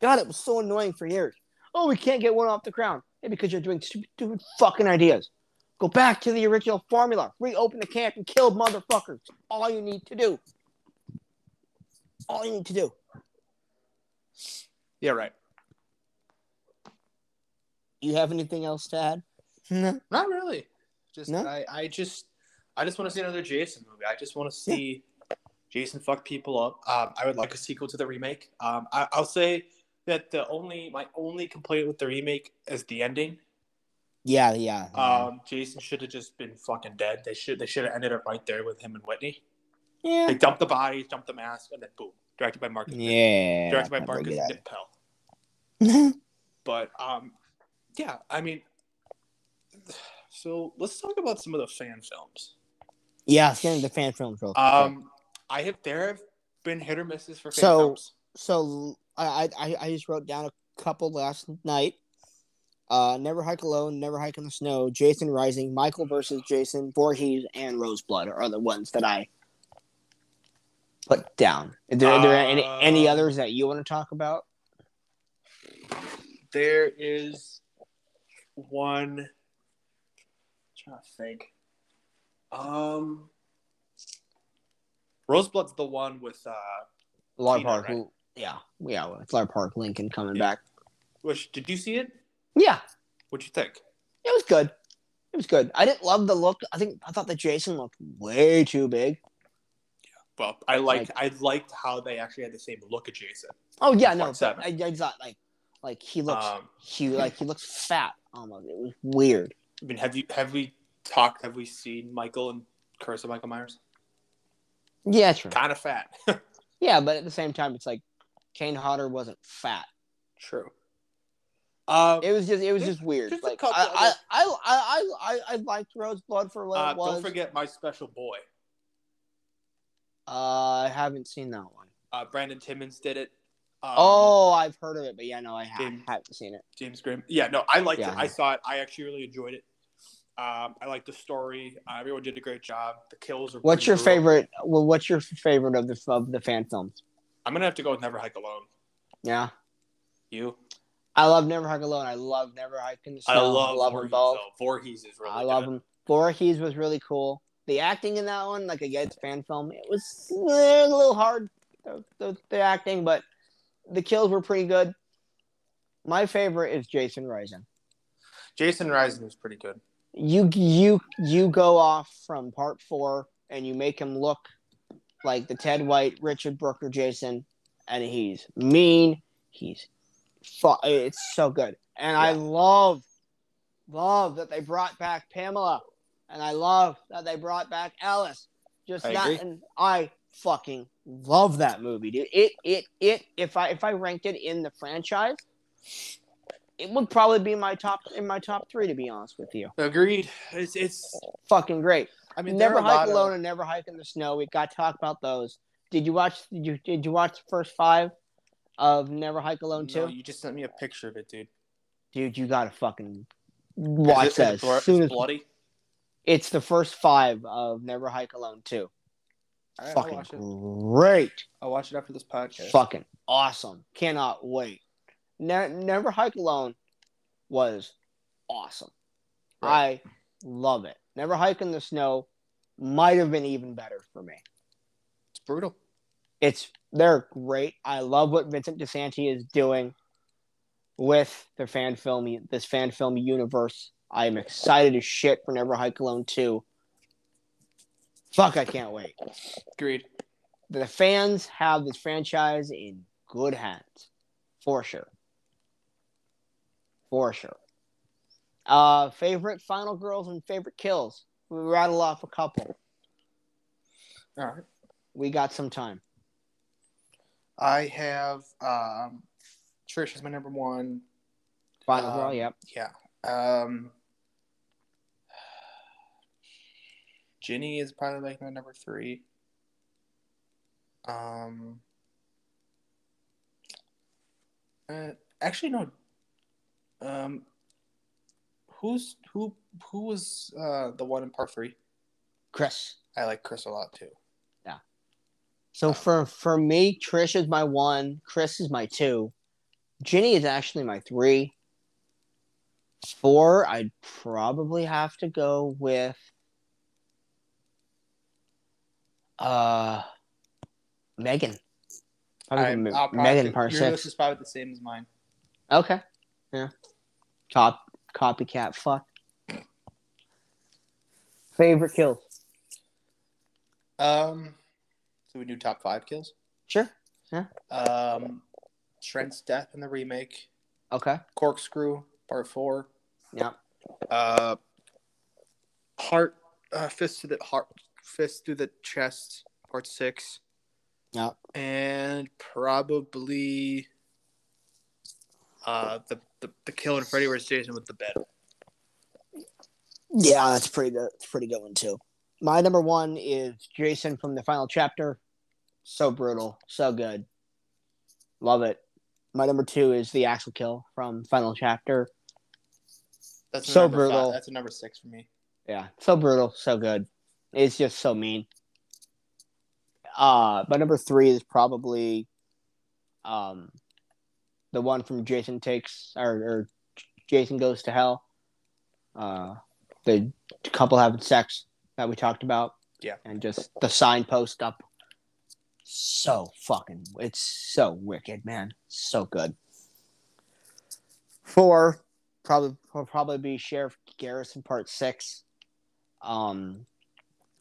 God, it was so annoying for years. Oh, we can't get one off the ground yeah, because you're doing stupid, stupid fucking ideas. Go back to the original formula. Reopen the camp and kill motherfuckers. All you need to do. All you need to do.
Yeah, right.
you have anything else to add?
No, not really. Just
No?
I, I just I just want to see another Jason movie. I just want to see Jason fuck people up. Um, I would like a sequel to the remake. Um, I, I'll say that the only my only complaint with the remake is the ending.
Yeah, yeah.
Um, Jason should have just been fucking dead. They should they should have ended up right there with him and Whitney.
yeah.
They dumped the bodies, dumped the mask, and then boom, directed by Marcus. Nippel.
Yeah.
directed by
I don't
Marcus
get that.
Nippel. But um, yeah, I mean, so let's talk about some of the fan films.
yeah, let's get into the fan films real quick.
Um, I have there have been hit or misses for fan
So-
films.
so I, I I just wrote down a couple last night. Uh, never hike alone, never hike in the snow. Jason Rising, Michael versus Jason, Voorhees, and Roseblood are the ones that I put down. Are there, are there any any
Uh,
others that you want to talk about?
There is one. I'm trying to think. Um, Roseblood's the one with uh,
Lar
Tina,
Park,
right?
who- yeah, yeah, well, it's Lar Park Lincoln coming
Yeah.
back.
which did you see it?
Yeah,
What'd you think?
it was good. It was good. I didn't love the look. I think I thought the Jason looked way too big.
Well, I liked I liked how they actually had the same look at Jason.
Oh yeah, no,
Point
but
seven.
I, I thought like like he looks
Um,
he like he looks fat almost. It was weird.
I mean, have you have we talked? Have we seen Michael and Curse of Michael Myers?
Yeah, true.
Kind of fat.
Yeah, but at the same time, it's like Kane Hodder wasn't fat.
True. Um,
It was just it was
There's-
just weird.
there's a
Like
couple
I
other-
I, I I I I liked Roseblood for what
uh,
it was.
Don't forget my special boy.
Uh, I haven't seen that one.
Uh, Brandon Timmons did it. Um,
oh, I've heard of it, but yeah, no, I ha-
Didn't-
haven't seen it.
James Grimm. Yeah, no, I liked
Yeah.
it. I saw it. I actually really enjoyed it. Um, I liked the story. Uh, everyone did a great job. The kills are.
What's
pretty
your
brutal.
favorite? Well, what's your favorite of the of the fan films?
I'm gonna have to go with Never Hike Alone.
Yeah,
You?
I love Never Hike Alone. I love Never Hike in the Snow.
I love,
I love them
Voorhees,
both.
though. Voorhees is really.
I love
good.
him. Voorhees was really cool. The acting in that one, like again, it's fan film. It was a little hard, the, the, the acting, but the kills were pretty good. My favorite is Jason Rising.
Jason Rising is pretty good.
You you you go off from part four and you make him look like the Ted White, Richard Brooker Jason, and he's mean. He's fu- It's so good, and I
Yeah.
love love that they brought back Pamela, and I love that they brought back Alice. Just
I
that,
agree.
and I fucking love that movie, dude. It it it. If I if I ranked it in the franchise, it would probably be my top in my top three, to be honest with you.
Agreed. It's it's.
Fucking great.
I mean,
Never
there are a lot
hike
of-
alone and never hike in the snow. We got to talk about those. Did you watch? Did you did you watch the first five of Never Hike Alone
No,
two?
you just sent me a picture of it, dude.
Dude, you gotta fucking
Is
watch
it- is
that
it
as
blo-
soon
is
as
bloody.
it's the first five of Never Hike Alone two.
All right, I'll
fucking
watch it.
great,
I'll watch it after this podcast.
fucking awesome. Cannot wait. Ne- Never Hike Alone was awesome.
Right.
I love it. Never Hike in the Snow might have been even better for me.
It's brutal.
it's they're great. I love what Vincent DeSanti is doing with the fan film this fan film universe. I'm excited as shit for Never Hike Alone 2. Fuck, I can't wait.
Agreed.
The fans have this franchise in good hands. For sure. For sure. Uh favorite final girls and favorite kills. We rattle off a couple.
All right.
We got some time.
I have um, Trish is my number one.
Final
Um,
girl, yep.
Yeah. Um, Ginny is probably like my number three. Um, uh, actually no. Um, who's who? Who was uh, the one in part three?
Chris.
I like Chris a lot too.
So for for me, Trish is my one, Chris is my two, Ginny is actually my three. Four, I'd probably have to go with uh Megan. Probably
I'm-
Me-
I'll probably-
Megan part
your
six.
list is probably the same as mine.
Okay. Yeah. Top Copycat fuck. Favorite kills.
Um, so we do top five kills.
Sure.
Um, Trent's death in the remake.
Okay.
Corkscrew part four.
Yeah.
Uh, heart uh, fist to the heart fist through the chest part six.
Yeah.
And probably uh the the, the kill in Freddy vs Jason with the bed.
Yeah, that's pretty good. That's a pretty good one too. My number one is Jason from the final chapter. So brutal, so good, love it. My number two is the Axel kill from final chapter.
That's a
So
number
brutal.
Five. That's a number six for me.
Yeah, so brutal, so good. It's just so mean. Uh, my number three is probably, um, the one from Jason takes or, or Jason goes to hell. Uh, the couple having sex that we talked about.
Yeah.
and just the signpost up. So fucking, it's so wicked, man. So good. Four, probably will probably be Sheriff Garrison Part Six. Um,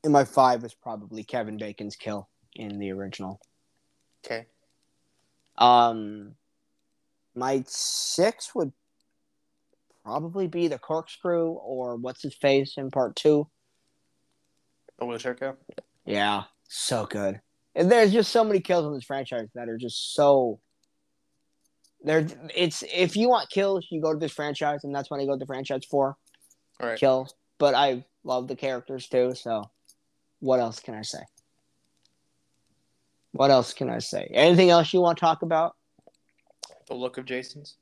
and my five is probably Kevin Bacon's kill in the original.
Okay.
Um, my six would probably be the corkscrew or what's his face in Part Two.
The wheelchair kill.
Yeah, so good. And there's just so many kills in this franchise that are just so. There, it's if you want kills, you go to this franchise, and that's what I go to the franchise for.
All right.
kill. But I love the characters too. So, what else can I say? What else can I say? Anything else you want to talk about?
The look of Jason's.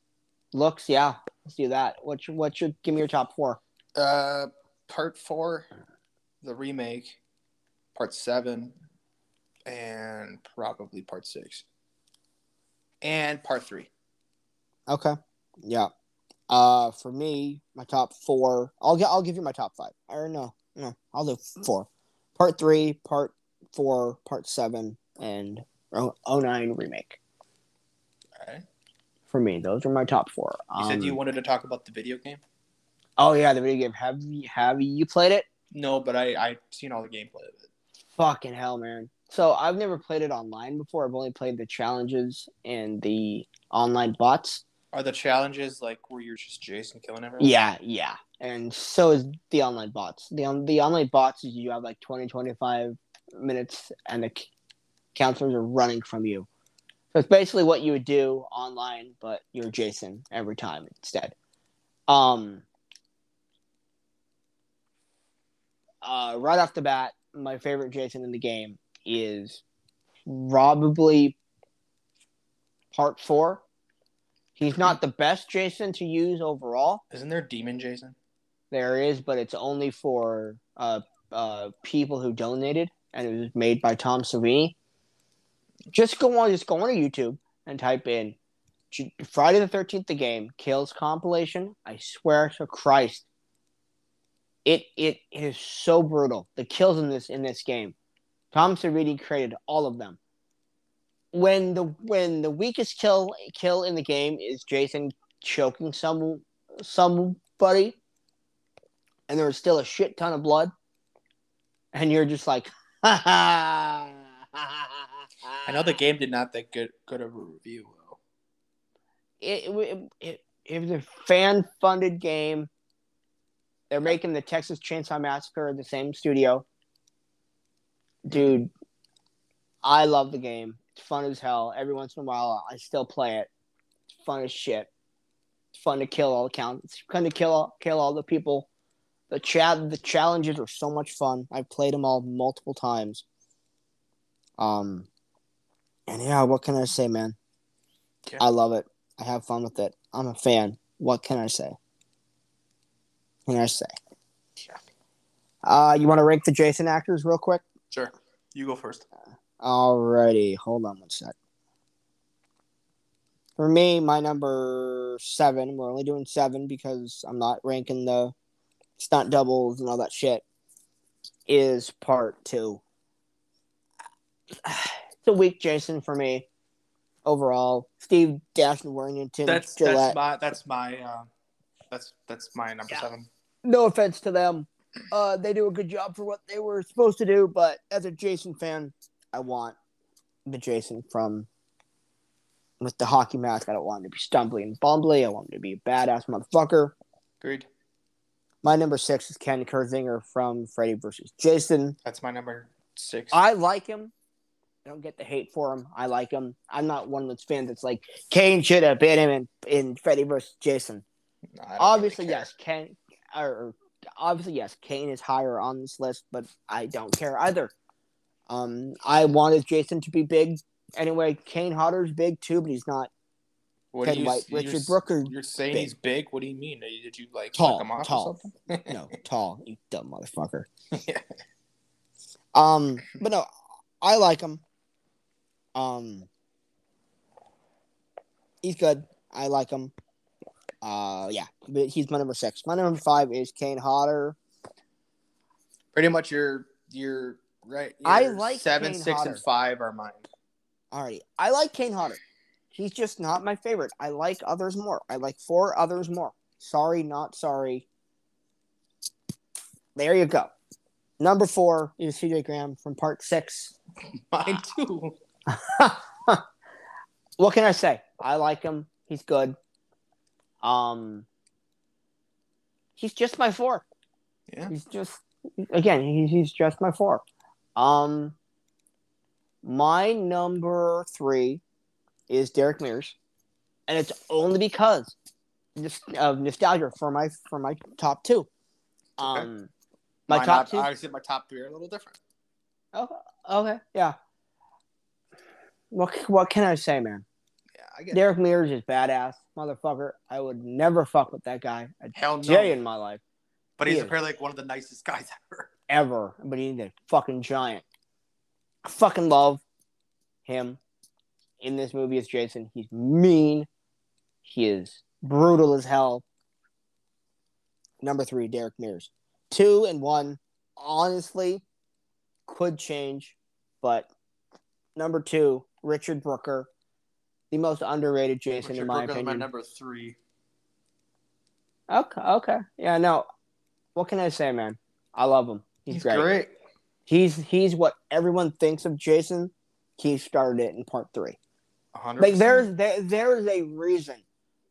Looks, yeah. Let's do that. What's your, what's your? Give me your top four.
Uh, part four, the remake, part seven, and probably part six, and part three.
Okay. Yeah. Uh, for me, my top four. I'll get. I'll give you my top five. Or no, no. I'll do four. Part three, part four, part seven, and oh oh nine remake.
All right.
For me, those are my top four.
You said
Um,
you wanted to talk about the video game.
Oh yeah, the video game. Have you have you played it?
No, but I I seen all the gameplay of it.
Fucking hell, man. So I've never played it online before. I've only played the challenges and the online bots.
Are the challenges like where you're just Jason killing everyone?
Yeah, yeah. And so is the online bots. The on, the online bots is you have like 20, 25 minutes and the c- counselors are running from you. So it's basically what you would do online, but you're Jason every time instead. Um, uh, right off the bat, my favorite Jason in the game is probably part four. He's not the best Jason to use overall.
Isn't there Demon Jason?
There is, but it's only for uh, uh, people who donated, and it was made by Tom Savini. Just go on, just go on to YouTube and type in J- Friday the Thirteenth, the game kills compilation. I swear to Christ, it it is so brutal. The kills in this in this game, Tom Savini created all of them. When the when the weakest kill kill in the game is Jason choking some somebody and there was still a shit ton of blood, and you're just like, ha ha.
I know the game did not that good good of a review though.
It, it, it, it was a fan funded game. They're making the Texas Chainsaw Massacre the same studio. Dude, I love the game. It's fun as hell. Every once in a while, I still play it. It's fun as shit. It's fun to kill all the counts. It's fun to kill kill all the people. The chat the challenges are so much fun. I've played them all multiple times. Um, and yeah, what can I say, man?
Yeah.
I love it. I have fun with it. I'm a fan. What can I say? Can I say?
Yeah.
Uh, you want to rank the Jason actors real quick?
Sure. You go first.
Alrighty, hold on one sec. For me, my number seven. We're only doing seven because I'm not ranking the stunt doubles and all that shit. Is part two. It's a weak Jason for me overall. Steve Dash and Worthington.
That's
Gillette.
that's my that's my uh, That's that's my number
Yeah.
seven.
no offense to them. Uh, they do a good job for what they were supposed to do, but as a Jason fan, I want the Jason from with the hockey mask. I don't want him to be stumbly and bumbly. I want him to be a badass motherfucker.
Agreed.
My number six is Ken Kurzinger from Freddy versus Jason.
That's my number six.
I like him. I don't get the hate for him. I like him. I'm not one of those fans that's like Kane should have been him in, in Freddy versus Jason.
No, I don't really
obviously
care.
yes Kane or, or obviously yes Kane is higher on this list but I don't care either um I wanted Jason to be big anyway Kane Hodder's big too but he's not
What
Ted
do you-
White
you're
Richard
s-
Brooker
You're saying
big.
he's big. What do you mean? Did you like
Tall,
knock him off
tall.
or something?
no tall you dumb motherfucker
Yeah.
um but no I like him um he's good I like him uh yeah but he's my number six my number five is Kane Hodder
Pretty much your your right.
I
your
like
seven,
Kane
six,
Hodder.
and five are mine.
Alrighty. I like Kane Hodder. He's just not my favorite. I like others more. I like four others more. Sorry, not sorry. There you go. Number four is CJ Graham from part six.
Mine too.
what can I say? I like him. He's good. Um, he's just my four.
Yeah.
He's just again. He's he's just my four. Um, my number three is Derek Mears, and it's only because nos- of nostalgia for my for my top two. Um, my
Mine
top
ob-
two.
Obviously, my top three are a little different.
okay, okay, yeah. What c- what can I say, man?
Yeah, I get. it.
Derek Mears is badass, motherfucker. I would never fuck with that guy a
Hell no.
day in my life
but he's
yeah.
apparently like one of the nicest guys ever.
ever. But he's a fucking giant. I fucking love him in this movie as Jason. He's mean. He is brutal as hell. Number three, Derek Mears. Two and one, honestly, could change, but number two, Richard Brooker, the most underrated Jason
Richard
in my
Brooker's
opinion.
my number three.
Okay. Okay. Yeah. No. What can I say, man? I love him. He's, great. He's he's what everyone thinks of Jason. He started it in part three.
100%.
Like there's there, there is a reason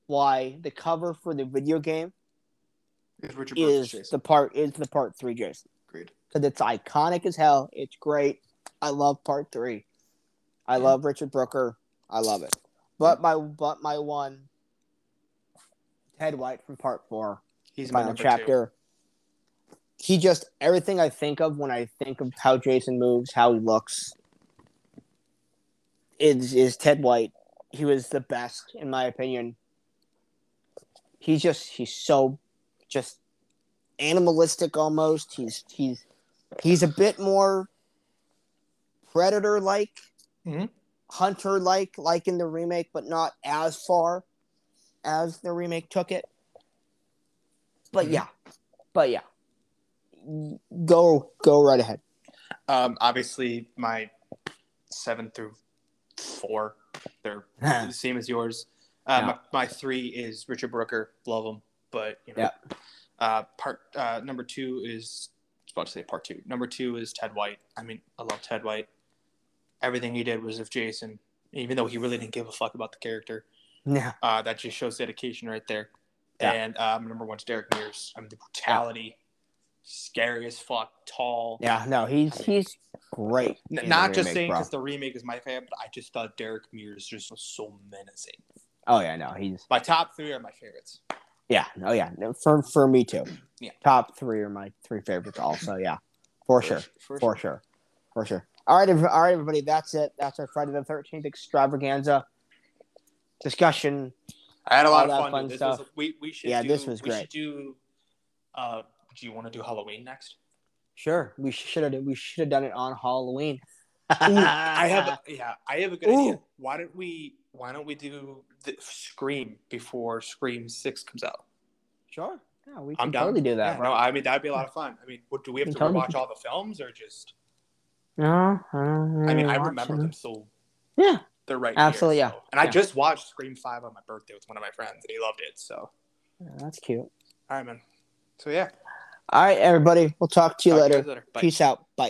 why the cover for the video game
It's Richard
is
Brooker's Jason.
the part is the part three Jason
Agreed.
because it's iconic as hell. It's great. I love part three. I
Yeah.
love Richard Brooker. I love it. But my but my one Ted White from part four
He's my
final
number chapter.
chapter. He just everything I think of when I think of how Jason moves, how he looks, is is Ted White. He was the best in my opinion. He's just he's so just animalistic almost. He's he's he's a bit more predator like,
Mhm.
hunter like, like in the remake, but not as far as the remake took it. But
Mhm.
yeah, but yeah, go go right ahead.
two. Um, obviously my seven through four, they're the same as yours. Uh,
Yeah.
my, my three is Richard Brooker. Love him, but you know,
Yeah.
uh, part uh, number two is I was about to say part two. Number two is Ted White. I mean, I love Ted White. Everything he did was of Jason, even though he really didn't give a fuck about the character.
yeah,
Uh, that just shows dedication right there.
Yeah.
And um, number one's Derek Mears. I mean, the brutality, scary as fuck, tall.
yeah, no, he's he's great.
N-
in the
not just
remake,
saying
bro.
because the remake is my favorite, but I just thought Derek Mears just was so menacing.
Oh yeah, no, he's
My top three are my favorites.
yeah, oh yeah, no, for for me too.
Yeah.
top three are my three favorites. Also, yeah, for sure.
For,
for sure, for sure. All right, ev- all right, everybody. That's it. That's our Friday the Thirteenth extravaganza discussion.
I had a lot
All
of
that
fun.
fun
This was-
stuff.
we, we should
Yeah,
do,
this was
we
great.
Should do, uh, do you want to do Halloween next?
Sure, we should have we should have done it on Halloween.
I have a- yeah, I have a good idea.
Ah. Ooh.
Why don't we Why don't we do the Scream before Scream Six comes out?
sure. Yeah, we can
I'm down.
totally do that,
Yeah,
bro.
no, I mean that'd be a lot of fun. I mean, what, do we have
We
to
totally
watch all the films or just?
No, I, don't
I mean, I
Mm, watch
remember
Uh-huh. them.
them so
Yeah.
they're right.
Absolutely,
here,
yeah.
so- And I
Yeah.
just watched Scream Five on my birthday with one of my friends, and he loved it. So
That's cute.
All right, man. So yeah.
All right, everybody. We'll talk to you
talk to you
later.
guys later. Bye.
Peace out. Bye.